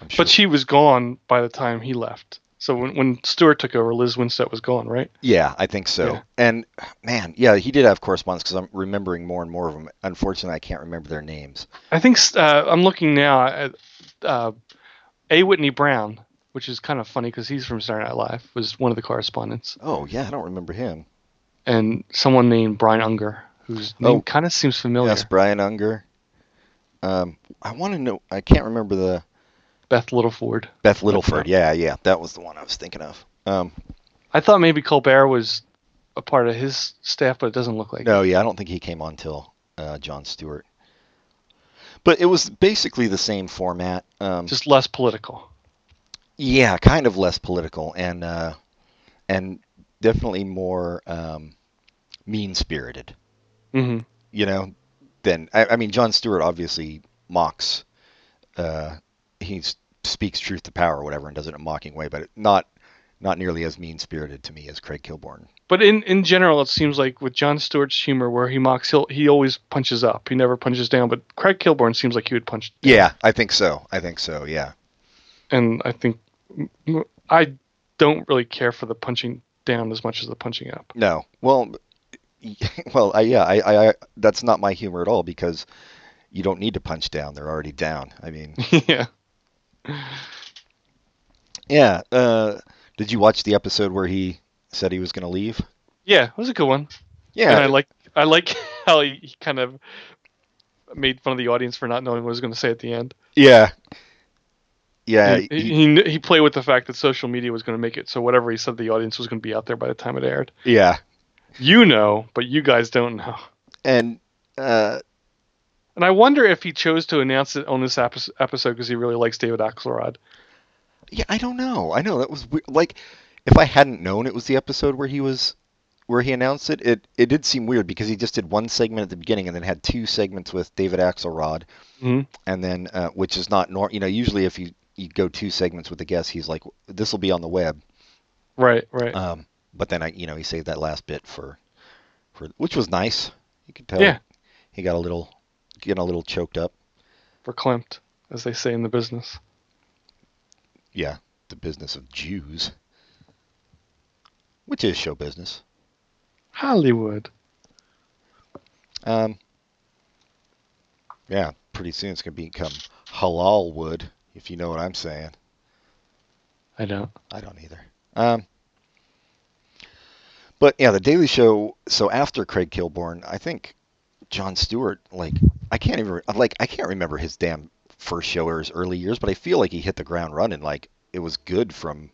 I'm sure. But she was gone by the time he left. So when, when Stewart took over, Liz Winstead was gone, right? yeah, I think so. Yeah. And man, yeah, he did have correspondence because I'm remembering more and more of them. Unfortunately, I can't remember their names. I think uh, I'm looking now at uh, A. Whitney Brown, which is kind of funny because he's from Saturday Night Live, was one of the correspondents, Oh yeah, I don't remember him. and someone named Brian Unger, whose name Oh. kind of seems familiar. Yes, Brian Unger. Um, I want to know. I can't remember the Beth Littleford. Beth Littleford. Yeah, yeah, that was the one I was thinking of. Um, I thought maybe Colbert was a part of his staff, but it doesn't look like. it. No, yeah, I don't think he came on till uh, John Stewart. But it was basically the same format. Um, Just less political. yeah, kind of less political and uh, and definitely more um, mean spirited. hmm You know, than I, I mean, John Stewart obviously mocks. Uh, he s- speaks truth to power or whatever, and does it in a mocking way, but not not nearly as mean spirited to me as Craig Kilborn. But in, in general, it seems like with John Stewart's humor, where he mocks, he'll, he always punches up. He never punches down. But Craig Kilborn seems like he would punch. down. Yeah, I think so. I think so. Yeah. And I think I don't really care for the punching down as much as the punching up. No. Well, y- well, I, yeah, I, I, I, that's not my humor at all because you don't need to punch down. They're already down. I mean, yeah. yeah. Uh, did you watch the episode where he said he was going to leave? Yeah, it was a good one. And I Yeah. like I like how he, he kind of made fun of the audience for not knowing what he was going to say at the end. Yeah. Yeah. he, he- he, he, kn- he played with the fact that social media was going to make it so whatever he said to the audience was going to be out there by the time it aired. yeah. You know, but you guys don't know. And, uh, And I wonder if he chose to announce it on this epis- episode because he really likes David Axelrod. yeah, I don't know. I know that was weird. like, if I hadn't known it was the episode where he was, where he announced it, it, it did seem weird because he just did one segment at the beginning and then had two segments with David Axelrod Mhm. and then uh, which is not normal. You know, usually if you you go two segments with a guest, he's like, "This will be on the web." Right, right. Um, but then I, you know, he saved that last bit for, for which was nice. You could tell. Yeah. He got a little, getting a little choked up. Verklempt, as they say in the business. Yeah, the business of Jews, which is show business. Hollywood. Um, yeah, pretty soon it's gonna become halal wood, if you know what I'm saying. I don't. I don't either. Um, but yeah, the Daily Show. So after Craig Kilborn, I think John Stewart. Like I can't even like I can't remember his damn first show or his early years, but I feel like he hit the ground running. Like it was good from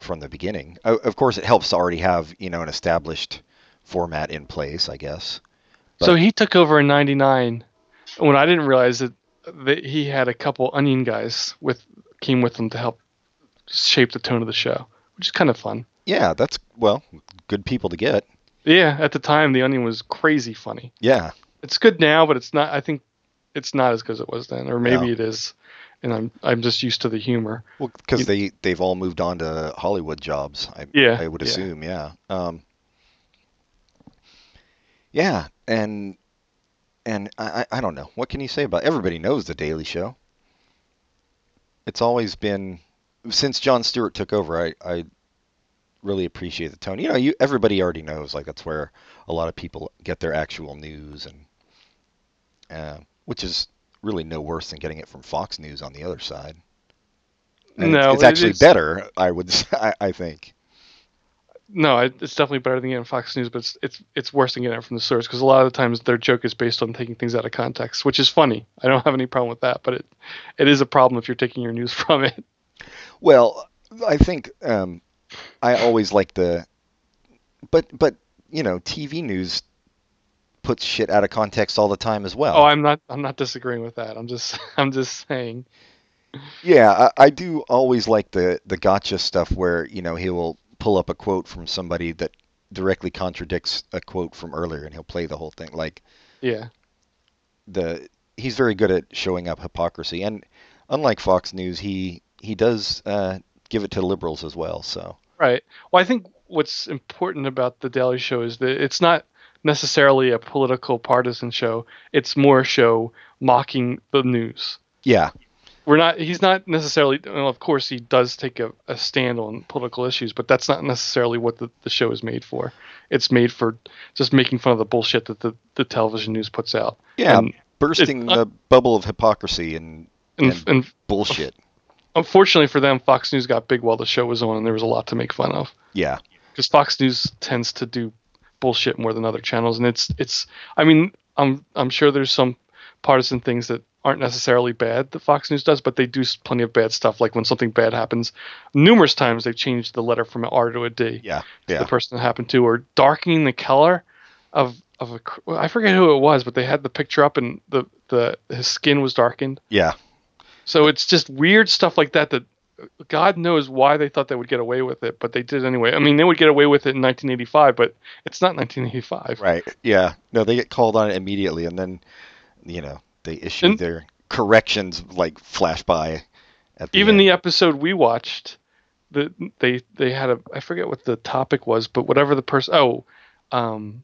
from the beginning. O- Of course, it helps to already have you know an established format in place, I guess. so he took over in 99 when I didn't realize that, that he had a couple Onion guys with came with him to help shape the tone of the show, which is kind of fun. Yeah, that's well, good people to get. Yeah, at the time, The Onion was crazy funny. Yeah, It's good now, but it's not. I think it's not as good as it was then, or maybe No. it is, and I'm I'm just used to the humor. well, You- because they they've all moved on to Hollywood jobs. I, Yeah, I would yeah. assume, yeah. Um, yeah, and and I, I I don't know. What can you say about everybody knows the Daily Show? It's always been since John Stewart took over, I, I really appreciate the tone. You know, you everybody already knows, like that's where a lot of people get their actual news and uh, which is really no worse than getting it from Fox News on the other side. And it's, No, it's it actually is- better, I would s- I, I think. No, it- it's definitely better than getting Fox News, but it's it's, it's worse than getting it from the source because a lot of the times their joke is based on taking things out of context, which is funny. I don't have any problem with that, but it it is a problem if you're taking your news from it. Well, I think um, I always like the, but but you know, TV news puts shit out of context all the time as well. Oh, I'm not I'm not disagreeing with that. I'm just I'm just saying. Yeah, I, I do always like the the gotcha stuff where you know he will pull up a quote from somebody that directly contradicts a quote from earlier, and he'll play the whole thing. Like Yeah, the he's very good at showing up hypocrisy, and unlike Fox News, he he does uh, give it to liberals as well. So Right. Well, I think what's important about the Daily Show is that it's not necessarily a political partisan show. It's more a show mocking the news. yeah, We're not. He's not necessarily. Well, of course, he does take a, a stand on political issues, but that's not necessarily what the, the show is made for. It's made for just making fun of the bullshit that the, the television news puts out. yeah, And- Um, bursting the bubble of hypocrisy and, And, and and bullshit. unfortunately for them, Fox News got big while the show was on, and there was a lot to make fun of. Yeah, because Fox News tends to do bullshit more than other channels, and it's it's. I mean, I'm I'm sure there's some partisan things that aren't necessarily bad that Fox News does, but they do s- plenty of bad stuff. Like when something bad happens, numerous times they've changed the letter from an R to a D yeah, to yeah. the person it happened to, or darkening the color of of a. cr- well, I forget who it was, but they had the picture up and the the his skin was darkened. Yeah. So it's just weird stuff like that that God knows why they thought they would get away with it, but they did anyway. I mean, they would get away with it in 1985, but it's not 1985. Right. Yeah. No, they get called on it immediately, and then you know they issue And- their corrections like flash by. At the Even end. the episode we watched, the, they they had a I forget what the topic was, but whatever the person oh, um,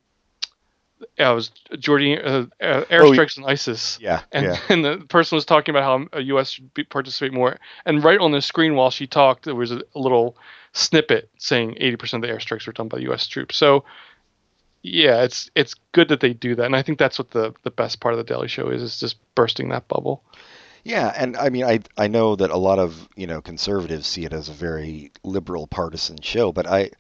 yeah, it was Jordan uh, uh, airstrikes on ISIS. yeah, And, yeah, and the person was talking about how a U.S. should be, participate more. And right on the screen while she talked, there was a, little snippet saying 80% of the airstrikes were done by U.S. troops. So, yeah, it's it's good that they do that. And I think that's what the, the best part of the Daily Show is, is just bursting that bubble. yeah. And I mean, I I know that a lot of you know conservatives see it as a very liberal partisan show, but I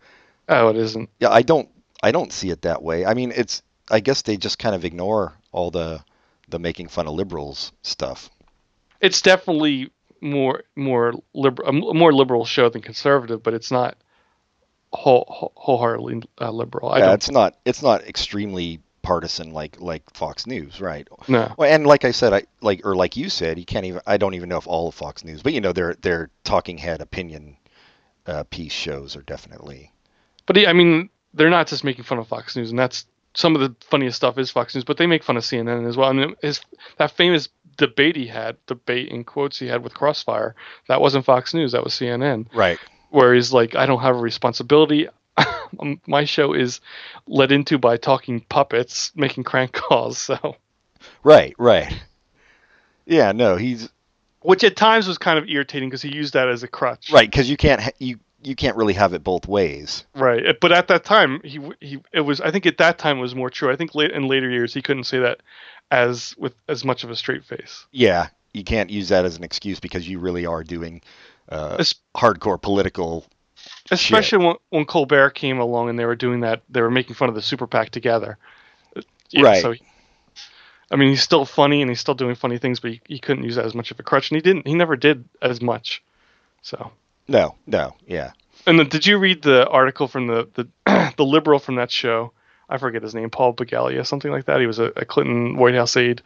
Oh, it isn't. yeah I don't I don't see it that way. I mean, it's I guess they just kind of ignore all the the making fun of liberals stuff. It's definitely more more liber- a more liberal show than conservative, but it's not whole, whole, wholeheartedly uh, liberal. I yeah, don't it's not it's not extremely partisan like like Fox News, right? know. Well, and like I said, I like or like you said, you can't even. I don't even know if all of Fox News, but you know, their their talking head opinion uh, piece shows are definitely. But yeah, I mean, they're not just making fun of Fox News, and that's some of the funniest stuff is Fox News, but they make fun of CNN as well. I mean, his that famous debate he had, debate in quotes he had with Crossfire, that wasn't Fox News, that was CNN, Right. where he's like, I don't have a responsibility. Um, My show is led into by talking puppets making crank calls, so Right. Right. Yeah. No, he's which at times was kind of irritating because he used that as a crutch. right because you can't ha- you you can't really have it both ways. Right, Uh, but at that time, he w- he it was. I think at that time it was more true. I think late in later years, he couldn't say that as with as much of a straight face. Yeah, you can't use that as an excuse because you really are doing uh, Es- hardcore political. Especially when, when Colbert came along and they were doing that, they were making fun of the Super PAC together. Uh, yeah, Right. So, he- I mean, he's still funny and he's still doing funny things, but he, he couldn't use that as much of a crutch, and he didn't. He never did as much. So. No. No. Yeah. And then, did you read the article from the the, the liberal from that show? I forget his name, Paul Begalia, something like that. He was a, a Clinton White House aide,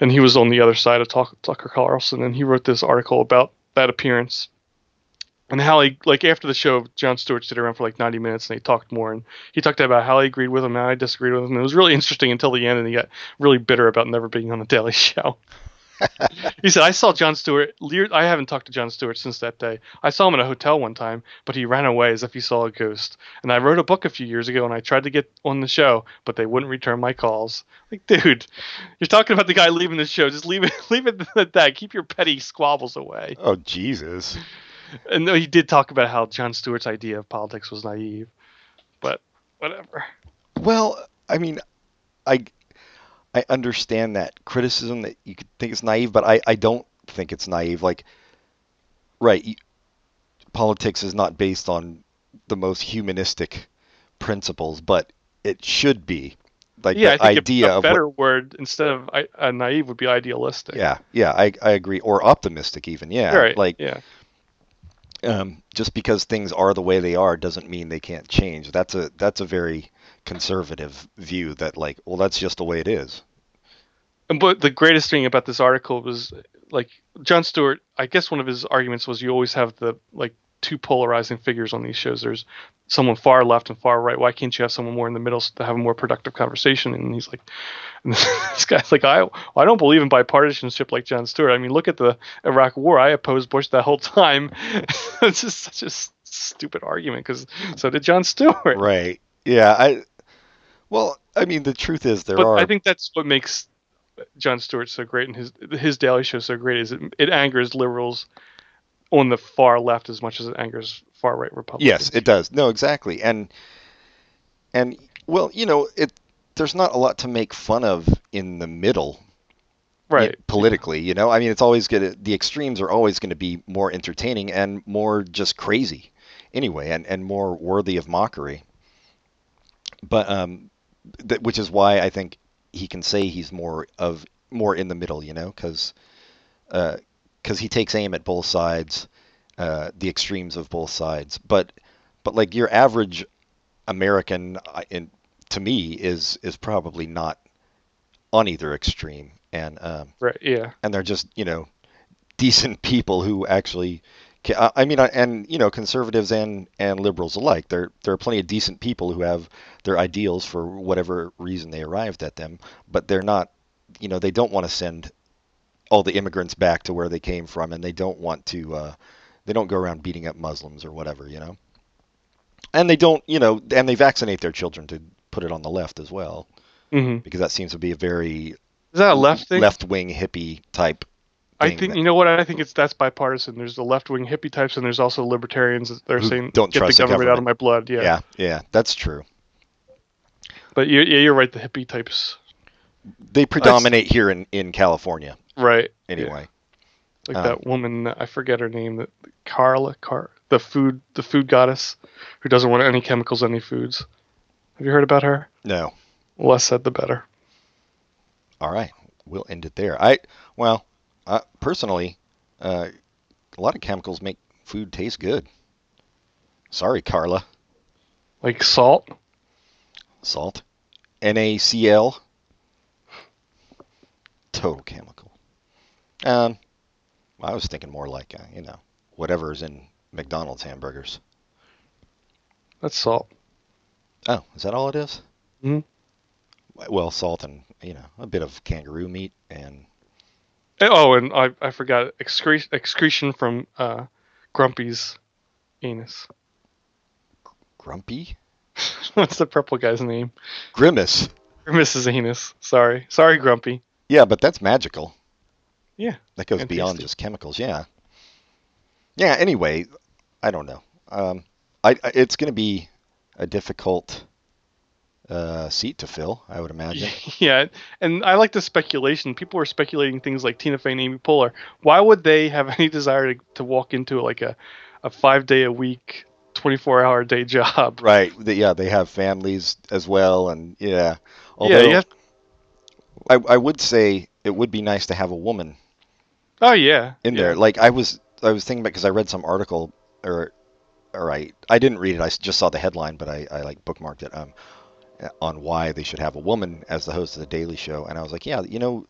and he was on the other side of Tuck, Tucker Carlson, and he wrote this article about that appearance and how he like after the show, John Stewart stayed around for like 90 minutes and they talked more, and he talked about how he agreed with him, how he disagreed with him. And it was really interesting until the end, and he got really bitter about never being on the Daily Show. he said, "I saw John Stewart. leer- I haven't talked to John Stewart since that day. I saw him in a hotel one time, but he ran away as if he saw a ghost. And I wrote a book a few years ago, and I tried to get on the show, but they wouldn't return my calls. Like, dude, you're talking about the guy leaving the show. Just leave it, leave it at that. Keep your petty squabbles away." Oh Jesus. And no, he did talk about how John Stewart's idea of politics was naive, but whatever. Well, I mean, I I understand that criticism that you could think it's naive, but I I don't think it's naive. Like, right, you, politics is not based on the most humanistic principles, but it should be. Like Yeah, I the think idea a, a of better word instead of I, uh, naive would be idealistic. what, yeah, yeah, I I agree, or optimistic even, yeah. right. Like, yeah, um, just because things are the way they are doesn't mean they can't change. That's a that's a very conservative view that like, well, that's just the way it is. And but the greatest thing about this article was like John Stewart. I guess one of his arguments was you always have the like two polarizing figures on these shows. There's someone far left and far right. Why can't you have someone more in the middle to have a more productive conversation? And he's like, and this guy's like, I I don't believe in bipartisanship like John Stewart. I mean, look at the Iraq War. I opposed Bush that whole time. it's just such a s- stupid argument because so did John Stewart. Right. Yeah. I. Well, I mean, the truth is there but are. I think that's what makes John Stewart so great and his his Daily Show so great is it, it angers liberals on the far left as much as it angers far right Republicans. yes, it does. No, exactly. And and well, you know, it there's not a lot to make fun of in the middle right. y- politically. You know, I mean, it's always gonna the extremes are always gonna be more entertaining and more just crazy, anyway, and and more worthy of mockery. But um, th- which is why I think he can say he's more of more in the middle. You know, because because he takes aim at both sides, uh, the extremes of both sides. But but like your average American, I- in, to me, is is probably not on either extreme, and um, Right. Yeah. and they're just you know decent people who actually ca- uh, I- I mean I- and you know conservatives and and liberals alike there there are plenty of decent people who have their ideals for whatever reason they arrived at them but they're not you know they don't want to send all the immigrants back to where they came from and they don't want to uh, they don't go around beating up Muslims or whatever you know and they don't you know and they vaccinate their children to put it on the left as well hmm because that seems to be a very Is that a left thing? left wing hippie type I thing think that- you know what I think it's that's bipartisan. There's the left wing hippie types and there's also libertarians. that They're Who saying don't get trust the the government, out of government. my blood. Yeah. Yeah, yeah, that's true. But you, yeah, you're right. The hippie types. They predominate here in, in California Right. Yeah. anyway. Like Uh, that woman, I forget her name, that Carla, Car, the food, the food goddess, who doesn't want any chemicals, any foods. Have you heard about her? No. Less said, the better. All right. We'll end it there. I well, I, personally, uh, a lot of chemicals make food taste good. Sorry, Carla. Like salt. Salt. NaCl. Total chemical. Um I was thinking more like, uh, you know, whatever's in McDonald's hamburgers. That's salt. Oh, is that all it is? Mhm. Well, salt and you know a bit of kangaroo meat and Eh, Oh, and I, I forgot excre- excretion from uh, Grumpy's anus. grumpy What's the purple guy's name? grimace. Or Mrs. Anus. Sorry, sorry, Grumpy. Yeah, but that's magical. Yeah. That goes And beyond tasty. just chemicals. Yeah. Yeah. Anyway, I don't know. Um, I I- it's going to be a difficult uh, seat to fill, I would imagine. Yeah, and I like the speculation. People were speculating things like Tina Fey and Amy Poehler. Why would they have any desire to, to walk into like a, a five day a week, twenty four hour day job? right. The, yeah, they have families as well, and yeah. Although yeah, you have- I I would say it would be nice to have a woman Oh yeah. in yeah. there. Like I was, I was thinking about because I read some article, or, or I, I didn't read it. I s- just saw the headline, but I, I like bookmarked it. Um, on why they should have a woman as the host of the Daily Show, and I was like, yeah, you know,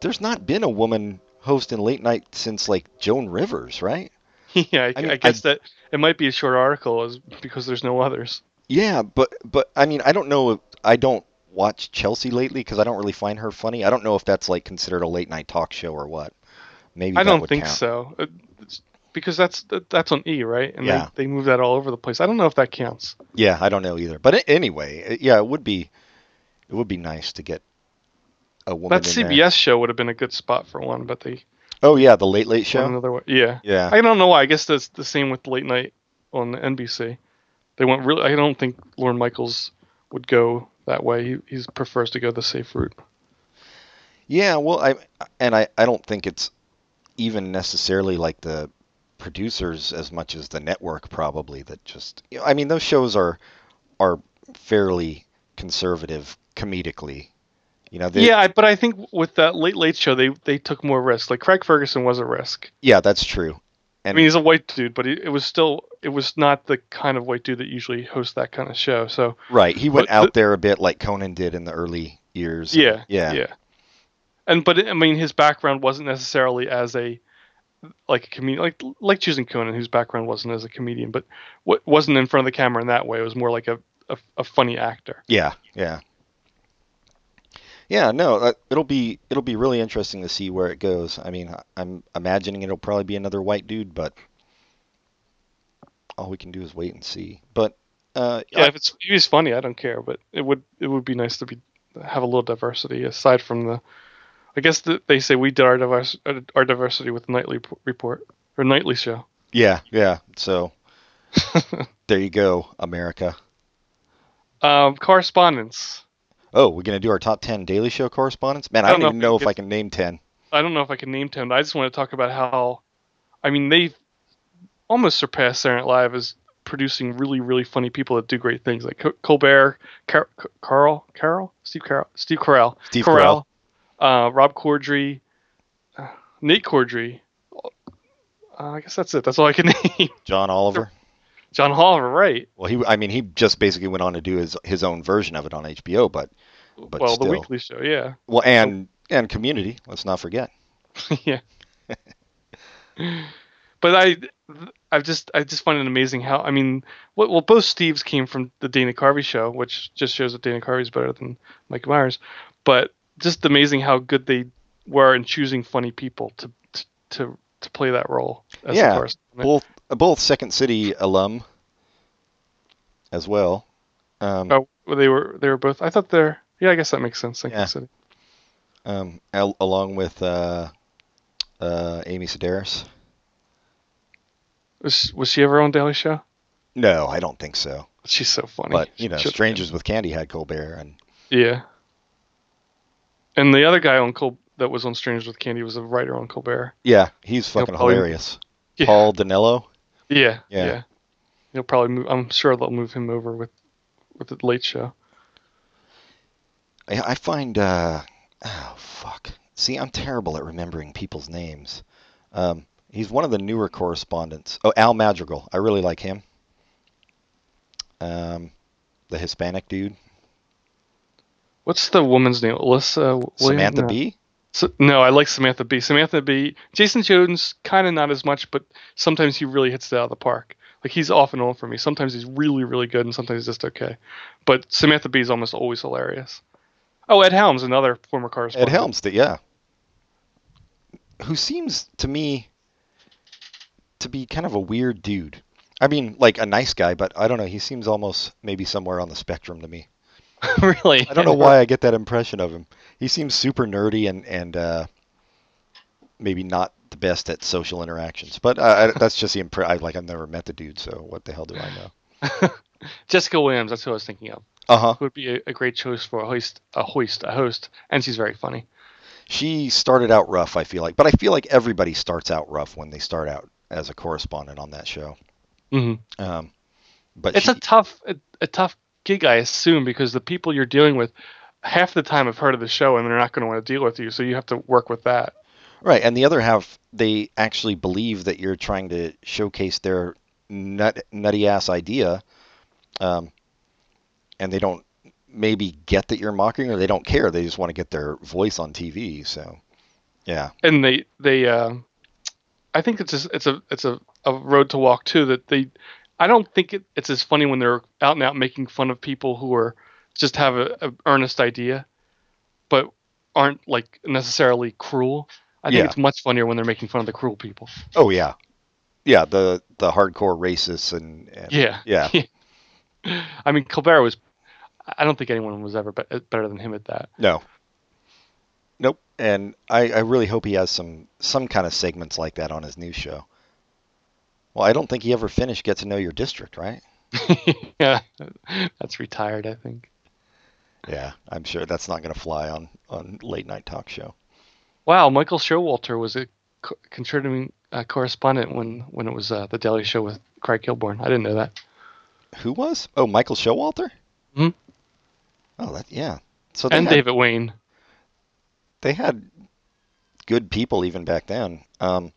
there's not been a woman hosting late night since like Joan Rivers, right? yeah, I, I mean, I guess that it might be a short article, is because there's no others. Yeah, but but I mean, I don't know. If, I don't watch Chelsea lately because I don't really find her funny. I don't know if that's like considered a late night talk show or what. Maybe I that don't would think count. so, Uh, it's- because that's that- that's on E, right? And Yeah. they, they move that all over the place. I don't know if that counts. Yeah, I don't know either. But a- anyway, it- yeah, it would be it would be nice to get a woman That in CBS there. show would have been a good spot for one, but they Oh yeah, the Late Late went Show. another way. Yeah. Yeah. I don't know why. I guess that's the same with late night on the NBC. They went really. I don't think Lorne Michaels would go that way. He he's prefers to go the safe route. Yeah, well, I and I I don't think it's even necessarily like the producers as much as the network probably that just you know, I mean those shows are are fairly conservative comedically. You know, they, yeah, I, but I think with that late late show, they they took more risks. Like Craig Ferguson was a risk. yeah, that's true. And I mean, he's a white dude, but it, it was still it was not the kind of white dude that usually hosts that kind of show. So right, he went but out there a bit like Conan did in the early years. yeah, Yeah. yeah. And but I mean, his background wasn't necessarily as a like a comedian, like like choosing Conan, whose background wasn't as a comedian, but what wasn't in front of the camera in that way. It was more like a a, a funny actor. Yeah, yeah, yeah. No, uh, it'll be it'll be really interesting to see where it goes. I mean, I- I'm imagining it'll probably be another white dude, but all we can do is wait and see. But uh, Yeah, if it's if he's funny, I don't care, but it would it would be nice to be have a little diversity aside from the. I guess the, they say we did our divers, our diversity with the nightly p- report or nightly show. yeah, yeah. So there you go, America. Um, correspondence. Oh, we're gonna do our top ten Daily Show correspondents. Man, I I don't, don't even know know if if we can- I can name ten. I don't know if I can name ten. But I just want to talk about how, I mean, they've almost surpassed Saturday Night Live as producing really, really funny people that do great things, like Co- Colbert, Car- Car- Carl, Carl, Steve Carl, Steve Carell, Steve Carell, uh, Rob Corddry, uh, Nate Corddry. Uh, I guess that's it. That's all I can name. John Oliver. John Oliver, right? Well, he I mean he just basically went on to do his his own version of it on HBO, but but well, still. the Weekly Show, yeah, well, and and Community. Let's not forget. yeah. but I, I just, I just find it amazing how I mean, what, well, both Steves came from the Dana Carvey show, which just shows that Dana Carvey's better than Mike Myers. But just amazing how good they were in choosing funny people to to to, to play that role. As Yeah. a correspondent. Both both Second City alum as well. Um, Oh, well, they were they were both. I thought they're. Yeah, I guess that makes sense. Thank Yeah. you, City. um, al- along with uh, uh, Amy Sedaris. Was was she ever on Daily Show? No, I don't think so. She's so funny. But you know, She'll- Strangers with Candy had Colbert, and Yeah. And the other guy on Col- that was on Strangers with Candy was a writer on Colbert. yeah, he's fucking probably- hilarious. Yeah. Paul Danello. Yeah, Yeah. yeah. He'll probably move. I'm sure they'll move him over with with the Late Show. I, I find uh, oh fuck. See, I'm terrible at remembering people's names. Um, he's one of the newer correspondents. Oh, Al Madrigal. I really like him. Um, the Hispanic dude, What's the woman's name? Alyssa Williams? Samantha no. Bee. So, no, I like Samantha B. Samantha B. Jason Jones, kind of not as much, but sometimes he really hits it out of the park. Like he's off and on for me. Sometimes he's really, really good, and sometimes he's just okay. But Samantha B. is almost always hilarious. Oh, Ed Helms, another former Ed correspondent. Helms, that yeah. Who seems to me to be kind of a weird dude. I mean, like a nice guy, but I don't know. He seems almost maybe somewhere on the spectrum to me. really? I don't know why I get that impression of him. He seems super nerdy and and uh, maybe not the best at social interactions. But uh, I, I, that's just the impression. I, like I've never met the dude, so what the hell do I know? Jessica Williams. That's who I was thinking of. Uh huh. Who would be a, a great choice for a host, a host, a host, and she's very funny. She started out rough, I feel like, but I feel like everybody starts out rough when they start out as a correspondent on that show. Mm-hmm. Um, but It's she- a tough, a, a tough gig, I assume, because the people you're dealing with half the time have heard of the show and they're not going to want to deal with you, so you have to work with that. right, and the other half they actually believe that you're trying to showcase their nut, nutty ass idea, um, and they don't maybe get that you're mocking or they don't care. They just want to get their voice on TV. So, yeah, And they, they, um I think it's just, it's a, it's a, a road to walk too. That they, I don't think it, it's as funny when they're out and out making fun of people who are just have a, a earnest idea, but aren't like necessarily cruel. I think Yeah. it's much funnier when they're making fun of the cruel people. oh yeah, yeah the the hardcore racists and, and Yeah. yeah I mean, Colbert was. I don't think anyone was ever be- better than him at that. No. Nope. And I, I really hope he has some some kind of segments like that on his new show. Well, I don't think he ever finished Get to Know Your District, right? yeah, that's retired, I think. Yeah, I'm sure that's not going to fly on on late night talk show. Wow, Michael Showalter was a co- contributing uh, correspondent when when it was uh, the Daily Show with Craig Kilborn. I didn't know that. Who was? Oh, Michael Showalter. Mhm. Oh, that yeah. So they And had, David Wayne. they had good people even back then. Um,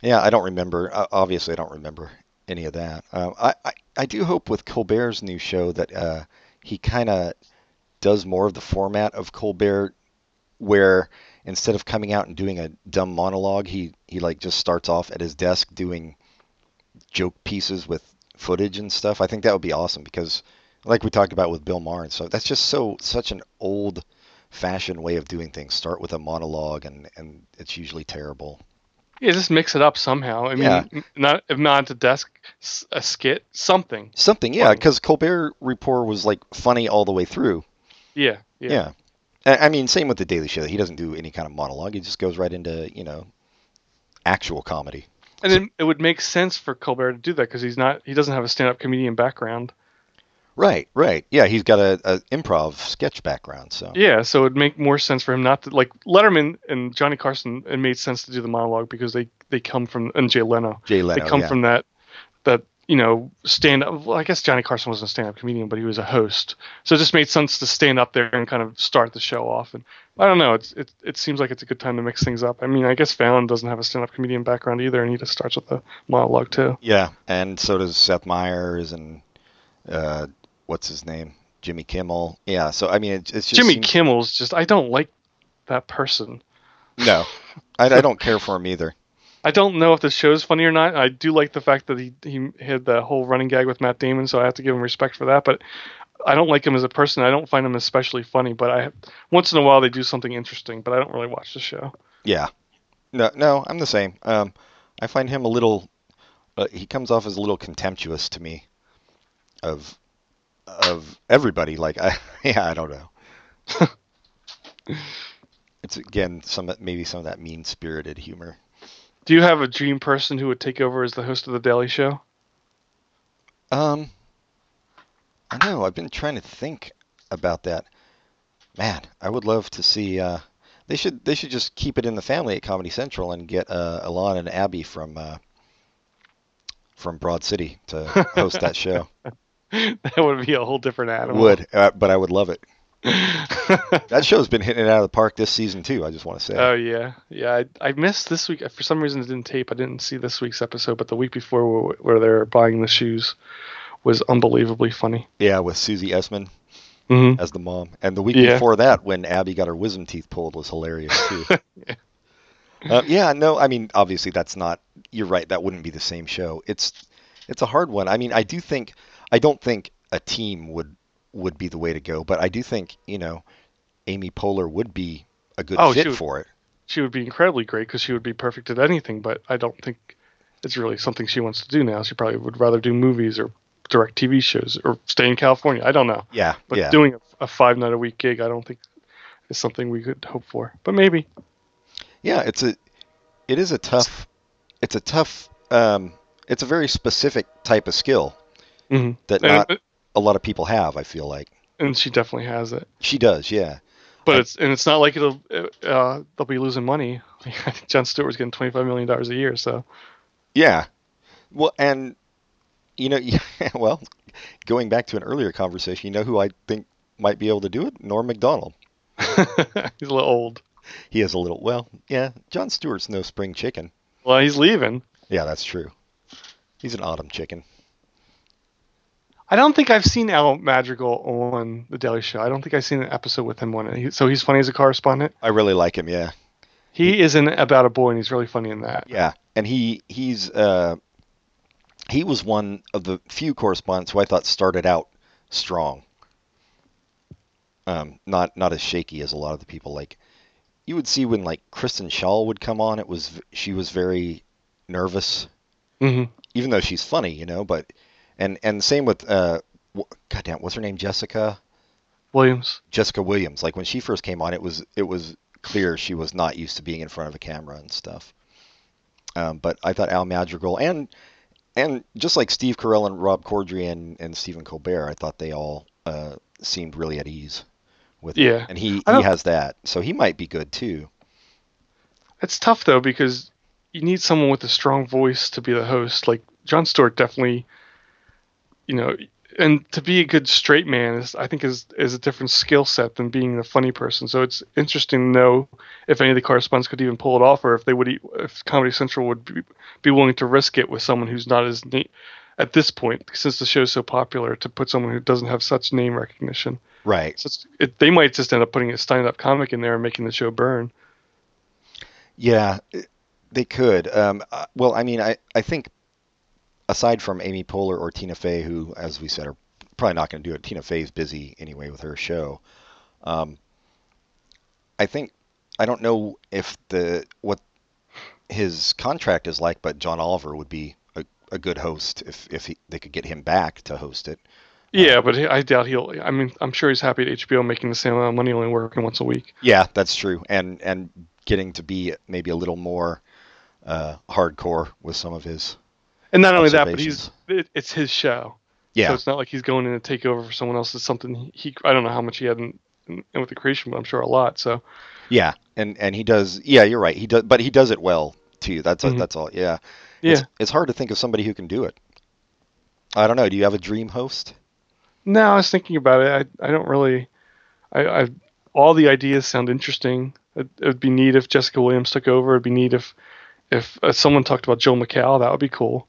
yeah, I don't remember. o- Obviously, I don't remember any of that. Um, I, I I do hope with Colbert's new show that uh, he kind of does more of the format of Colbert where instead of coming out and doing a dumb monologue, he he like just starts off at his desk doing joke pieces with footage and stuff. I think that would be awesome because like we talked about with Bill Maher and stuff, that's just so such an old fashioned way of doing things. Start with a monologue and and it's usually terrible. Yeah, just mix it up somehow. I mean, Yeah. n- not if not a desk, s- a skit, something. Something, yeah, Funny. because Colbert Report was like funny all the way through. Yeah, yeah. Yeah. I I mean, same with the Daily Show. He doesn't do any kind of monologue. He just goes right into you know actual comedy. And then it would make sense for Colbert to do that because he's not he doesn't have a stand up comedian background. Right, right. Yeah, he's got a, a improv sketch background, so Yeah, so it would make more sense for him not to like Letterman and Johnny Carson. It made sense to do the monologue because they they come from and Jay Leno. Jay Leno. they come yeah. from that that you know stand up. Well, I guess Johnny Carson wasn't a stand up comedian, but he was a host. So it just made sense to stand up there and kind of start the show off. And I don't know, it's it it seems like it's a good time to mix things up. I mean, I guess Fallon doesn't have a stand up comedian background either, and he just starts with a monologue too. Yeah, and so does Seth Meyers and uh, what's his name, Jimmy Kimmel. Yeah, so I mean, it, it's just Jimmy seems- Kimmel's just I don't like that person. No, I, I don't care for him either. I don't know if the show's funny or not. I do like the fact that he he had the whole running gag with Matt Damon, so I have to give him respect for that. But I don't like him as a person. I don't find him especially funny. But I once in a while they do something interesting. But I don't really watch the show. Yeah, no, no, I'm the same. Um, I find him a little. Uh, he comes off as a little contemptuous to me. Of, of everybody. Like I, yeah, I don't know. it's again some maybe some of that mean spirited humor. Do you have a dream person who would take over as the host of the Daily Show? Um, I know. I've been trying to think about that. Man, I would love to see. Uh, they should they should just keep it in the family at Comedy Central and get uh, Alon and Abby from uh, from Broad City to host that show. that would be a whole different animal. Would, uh, but I would love it. That show's been hitting it out of the park this season too. I just want to say. Oh yeah, yeah. I, I missed this week for some reason. It didn't tape. I didn't see this week's episode, but the week before where, where they were buying the shoes was unbelievably funny. yeah, with Susie Essman Mm-hmm. as the mom, and the week Yeah. before that when Abby got her wisdom teeth pulled was hilarious too. Uh, yeah, no, I mean, obviously that's not. You're right. That wouldn't be the same show. It's it's a hard one. I mean, I do think I don't think a team would would be the way to go, but I do think you know, Amy Poehler would be a good Oh, fit shoot. for it. she would be incredibly great because she would be perfect at anything. But I don't think it's really something she wants to do now. She probably would rather do movies or direct TV shows or stay in California. I don't know. Yeah, But yeah. doing a, a five night a week gig, I don't think is something we could hope for. But maybe. Yeah, it's a it is a tough it's a tough um it's a very specific type of skill hmm that Mm-hmm. not And, a lot of people have, I feel like. and she definitely has it. She does, yeah. But I- it's and it's not like it'll uh, they'll be losing money. I think John Stewart's getting twenty five million dollars a year, so Yeah. Well, and you know, yeah, well, going back to an earlier conversation, you know who I think might be able to do it? Norm Macdonald. he's a little old. He is a little, well, yeah, John Stewart's no spring chicken. Well, he's leaving. Yeah, that's true. He's an autumn chicken. I don't think I've seen Al Madrigal on The Daily Show. I don't think I've seen an episode with him on it. He, so he's funny as a correspondent. I really like him, yeah. He is in About a Boy, and he's really funny in that. Yeah, and he he's uh he was one of the few correspondents who I thought started out strong. Um, not not as shaky as a lot of the people. Like you would see when like Kristen Shaw would come on, it was she was very nervous, hmm even though she's funny, you know. But and and same with uh, wh- goddamn, what's her name? Jessica Williams. Jessica Williams. Like when she first came on, it was it was clear she was not used to being in front of a camera and stuff. Um, but I thought Al Madrigal and and just like Steve Carell and Rob Corddry and, and Stephen Colbert, I thought they all uh, seemed really at ease with it. Yeah. And he, I he don't- has that, so he might be good too. It's tough though because you need someone with a strong voice to be the host. Like John Stewart, definitely. You know, and to be a good straight man is, I think, is is a different skill set than being a funny person. So it's interesting to know if any of the correspondents could even pull it off, or if they would, e- if Comedy Central would be, be willing to risk it with someone who's not as neat, at this point, since the show's so popular, to put someone who doesn't have such name recognition. Right. So it's, it, they might just end up putting a stand-up comic in there and making the show burn. Yeah, it- they could. Um, uh, well, I mean, I, I think aside from Amy Poehler or Tina Fey, who, as we said, are probably not going to do it. Tina Fey's busy anyway with her show. Um, I think I don't know if the what his contract is like, but John Oliver would be a, a good host if if he, they could get him back to host it. Yeah, but he- I doubt he'll. I mean, I'm sure he's happy at HBO making the same amount of money, only working once a week. Yeah, that's true. And and getting to be maybe a little more uh, hardcore with some of his. And not only that, but he's it, it's his show. So Yeah, it's not like he's going in to take over for someone else. It's something he. I don't know how much he had in, in, with the creation, but I'm sure a lot. So Yeah, and and he does. Yeah, you're right. He does, but he does it well too. That's Mhm. that's all. Yeah. yeah. It's, it's hard to think of somebody who can do it. I don't know. Do you have a dream host? No, I was thinking about it. I, I don't really. I, I all the ideas sound interesting. It, it would be neat if Jessica Williams took over. It'd be neat if if uh, someone talked about Joel McHale. That would be cool.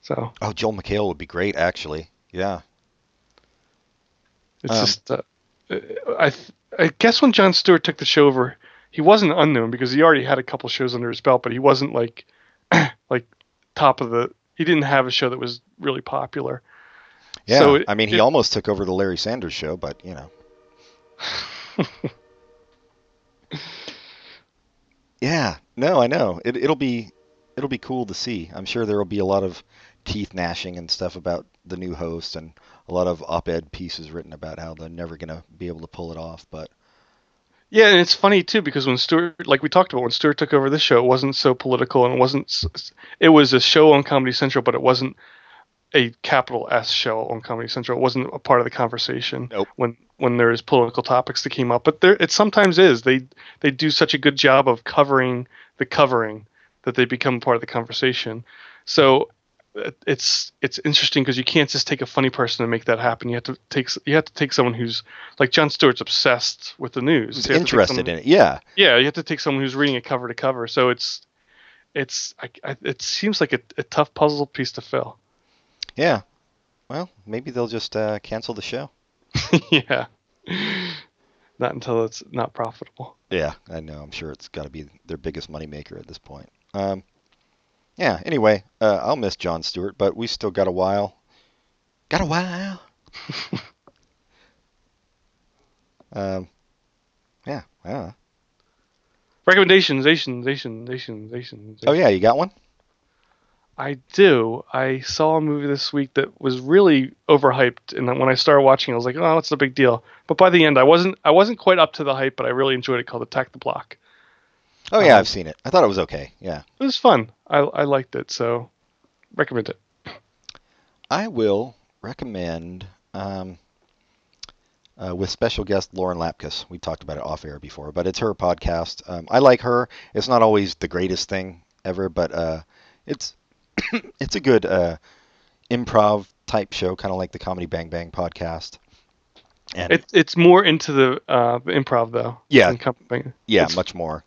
So Oh, Joel McHale would be great, actually. Yeah. it's Um, just uh, I th- I guess when John Stewart took the show over, he wasn't unknown because he already had a couple shows under his belt, but he wasn't like like top of the. He didn't have a show that was really popular. Yeah. So it- I mean, he it- almost took over the Larry Sanders show, but you know. yeah. No, I know. It, it'll be it'll be cool to see. I'm sure there will be a lot of teeth gnashing and stuff about the new host, and a lot of op-ed pieces written about how they're never gonna be able to pull it off. But Yeah, and it's funny too because when Stewart, like we talked about, when Stewart took over the show, it wasn't so political and it wasn't. s- s- It was a show on Comedy Central, but it wasn't a capital S show on Comedy Central. It wasn't a part of the conversation Nope. when when there's political topics that came up. But there, it sometimes is. They they do such a good job of covering the covering that they become part of the conversation. So uh, it's it's interesting because you can't just take a funny person and make that happen. You have to take s- you have to take someone who's like John Stewart's obsessed with the news. who's You have to take interested someone- in it? Yeah. yeah, you have to take someone who's reading it cover to cover. So it's it's I, I, it seems like a, a tough puzzle piece to fill. Yeah. Well, maybe they'll just uh, cancel the show. yeah, not until it's not profitable. Yeah, I know. I'm sure it's got to be their biggest moneymaker at this point. Um, yeah. Anyway, uh, I'll miss John Stewart, but we still got a while. Got a while. um, yeah. yeah. Recommendations, nations, nations, nations, nations. Oh yeah, you got one? I do. I saw a movie this week that was really overhyped, and then when I started watching, I was like, "Oh, what's the big deal?" But by the end, I wasn't. I wasn't quite up to the hype, but I really enjoyed it. Called Attack the Block. Oh yeah, Um, I've seen it. I thought it was okay. Yeah. It was fun. I I liked it, so recommend it. I will recommend um, uh, with special guest Lauren Lapkus. We talked about it off air before, but it's her podcast. Um, I like her. It's not always the greatest thing ever, but uh, it's it's a good uh, improv type show, kind of like the Comedy Bang Bang podcast. And It, it's more into the uh, the improv though. Yeah. than company. yeah, it's- much more.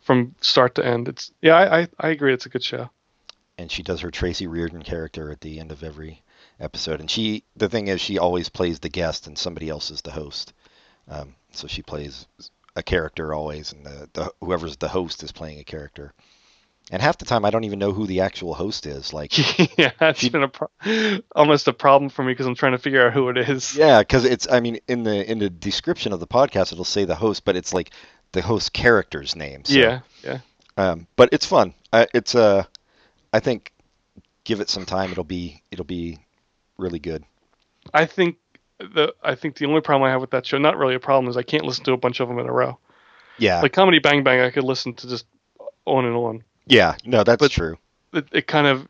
From start to end, it's yeah. I, I, I agree. It's a good show. and she does her Tracy Reardon character at the end of every episode. And she, the thing is, she always plays the guest, and somebody else is the host. Um, so she plays a character always, and the, the whoever's the host is playing a character. And half the time, I don't even know who the actual host is. Like, yeah, that's She- been a pro- almost a problem for me because I'm trying to figure out who it is. yeah, because it's, I mean, in the in the description of the podcast, it'll say the host, but it's like the host character's name. So, yeah, yeah. Um, but it's fun. I, it's uh, I think give it some time. It'll be it'll be really good. I think the I think the only problem I have with that show, not really a problem, is I can't listen to a bunch of them in a row. Yeah. Like comedy Bang Bang, I could listen to just on and on. Yeah, no, that's But- true. It, it kind of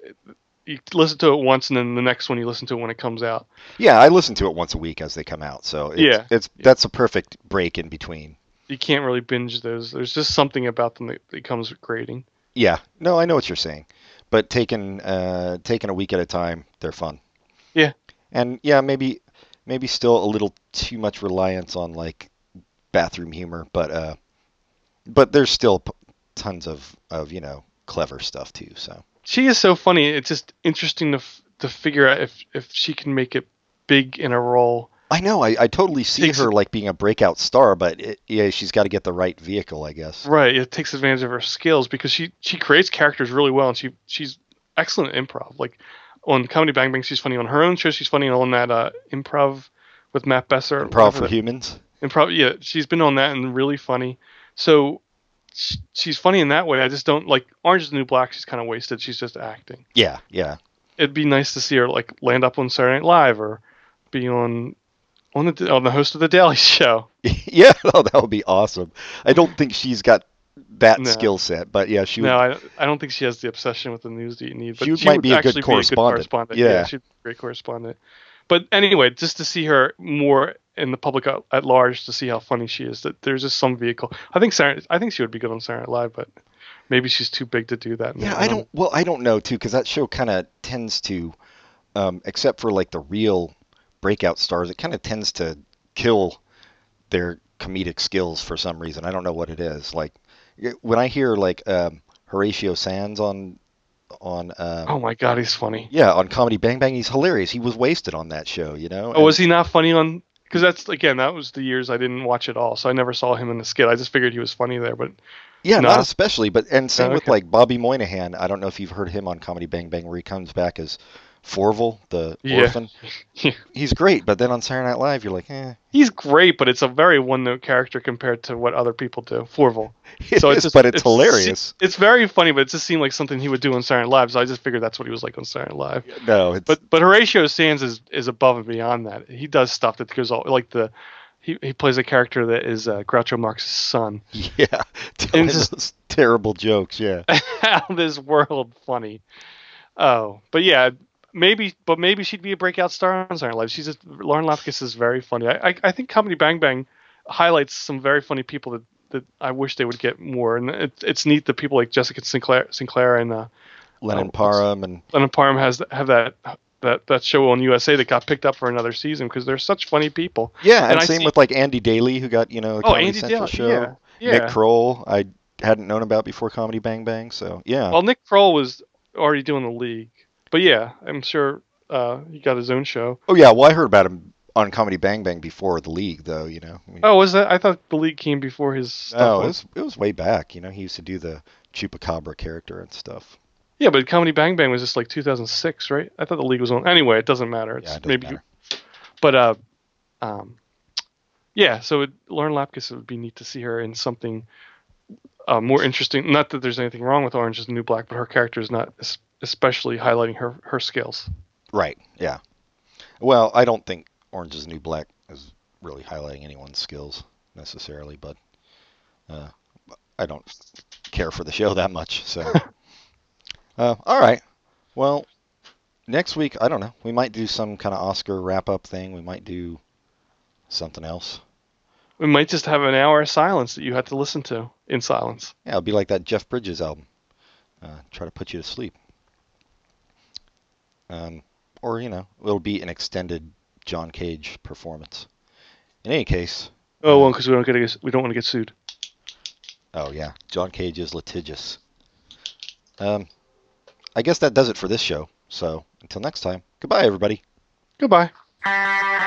you listen to it once, and then the next one you listen to it when it comes out. Yeah, I listen to it once a week as they come out, so it's, Yeah. it's that's a perfect break in between. You can't really binge those. There's just something about them that becomes grating. Yeah, no, I know what you're saying, but taken uh, taken a week at a time, they're fun. Yeah. and yeah, maybe maybe still a little too much reliance on like bathroom humor, but uh, but there's still p- tons of of you know clever stuff too. So she is so funny. It's just interesting to f- to figure out if if she can make it big in a role. I know. I, I totally see Takes- her like being a breakout star, but it, yeah, she's got to get the right vehicle, I guess. Right. It takes advantage of her skills because she she creates characters really well and she she's excellent at improv. Like on Comedy Bang Bang, she's funny on her own show. She's funny on that uh, improv with Matt Besser. Improv whatever for that- humans. improv. Yeah, she's been on that and really funny. So sh she's funny in that way. I just don't like Orange is the New Black. She's kind of wasted. She's just acting. Yeah, yeah. It'd be nice to see her like land up on Saturday Night Live or be on on the on the host of the Daily Show. yeah, oh, that would be awesome. I don't think she's got that No. skill set, but yeah, she would. no, I, I don't think she has the obsession with the news that you need. But She she, might would be a good actually correspondent. Be a good correspondent. Yeah. she'd be a great correspondent. But anyway, just to see her more in the public at, at large, to see how funny she is. That there's just some vehicle. I think Sarah, I think she would be good on Saturday Night Live, but maybe she's too big to do that. yeah, now. I don't. Well, I don't know too, because that show kind of tends to, um, except for like the real breakout stars, it kind of tends to kill their comedic skills for some reason. I don't know what it is. Like y- when I hear like um, Horatio Sands on on um, Oh my God, he's funny. yeah on Comedy Bang Bang, he's hilarious. He was wasted on that show, you know. Oh, was he not funny on? Because that's again, that was the years I didn't watch at all, so I never saw him in the skit. I just figured he was funny there, but Yeah, No. not especially, but and same Oh, with okay. like Bobby Moynihan. I don't know if you've heard him on Comedy Bang Bang, where he comes back as Forval, the Yeah. orphan. He's great, but then on Saturday Night Live, you're like, eh. he's great. But it's a very one-note character compared to what other people do. Forval. It so is, it's just, but it's, se- hilarious. It's very funny, but it just seemed like something he would do on Saturday Night Live. So I just figured that's what he was like on Saturday Night Live. No, it's But but Horatio Sands is is above and beyond that. He does stuff that goes all like the. He, he plays a character that is uh, Groucho Marx's son. yeah, telling just- Oh, those terrible jokes. Yeah, Out of this world funny. Oh, but yeah, maybe, but maybe she'd be a breakout star on Saturday Night Live. She's just, Lauren Lapkus is very funny. I, I I think Comedy Bang Bang highlights some very funny people that, that I wish they would get more. And it's it's neat that people like Jessica Sinclair Sinclair and uh, Lennon what's- Parham and Lennon Parham has have that that that show on USA that got picked up for another season because they're such funny people. yeah, and, I same see- with like Andy Daly, who got you know a Oh, Comedy Andy Central Daly, show. yeah, Nick yeah. Kroll, I hadn't known about before Comedy Bang Bang. So yeah, Well, Nick Kroll was already doing the league, but yeah, I'm sure uh, he got his own show. oh yeah, well I heard about him on Comedy Bang Bang before the league, though. You know, I mean, Oh, was that? I thought the league came before his stuff. No, it was- was it was way back. You know, he used to do the chupacabra character and stuff. yeah, but Comedy Bang Bang was just like 2006, right? I thought the league was on. Anyway, it doesn't matter. It's Yeah, it doesn't maybe, matter. but uh, um, yeah. So it, Lauren Lapkus it would be neat to see her in something uh, more interesting. Not that there's anything wrong with Orange Is the New Black, but her character is not es- especially highlighting her her skills. Right. Yeah. Well, I don't think Orange Is the New Black is really highlighting anyone's skills necessarily, but uh, I don't care for the show that much. So, uh, all right. Well, next week I don't know. We might do some kind of Oscar wrap up thing. We might do something else. We might just have an hour of silence that you had to listen to in silence. Yeah, it'll be like that Jeff Bridges album. Uh, try to put you to sleep. Um, or, you know, it'll be an extended John Cage performance. In any case, Oh, well, because we don't get to- we don't want to get sued. oh yeah, John Cage is litigious. Um, I guess that does it for this show. So until next time, goodbye, everybody. Goodbye. Thank you.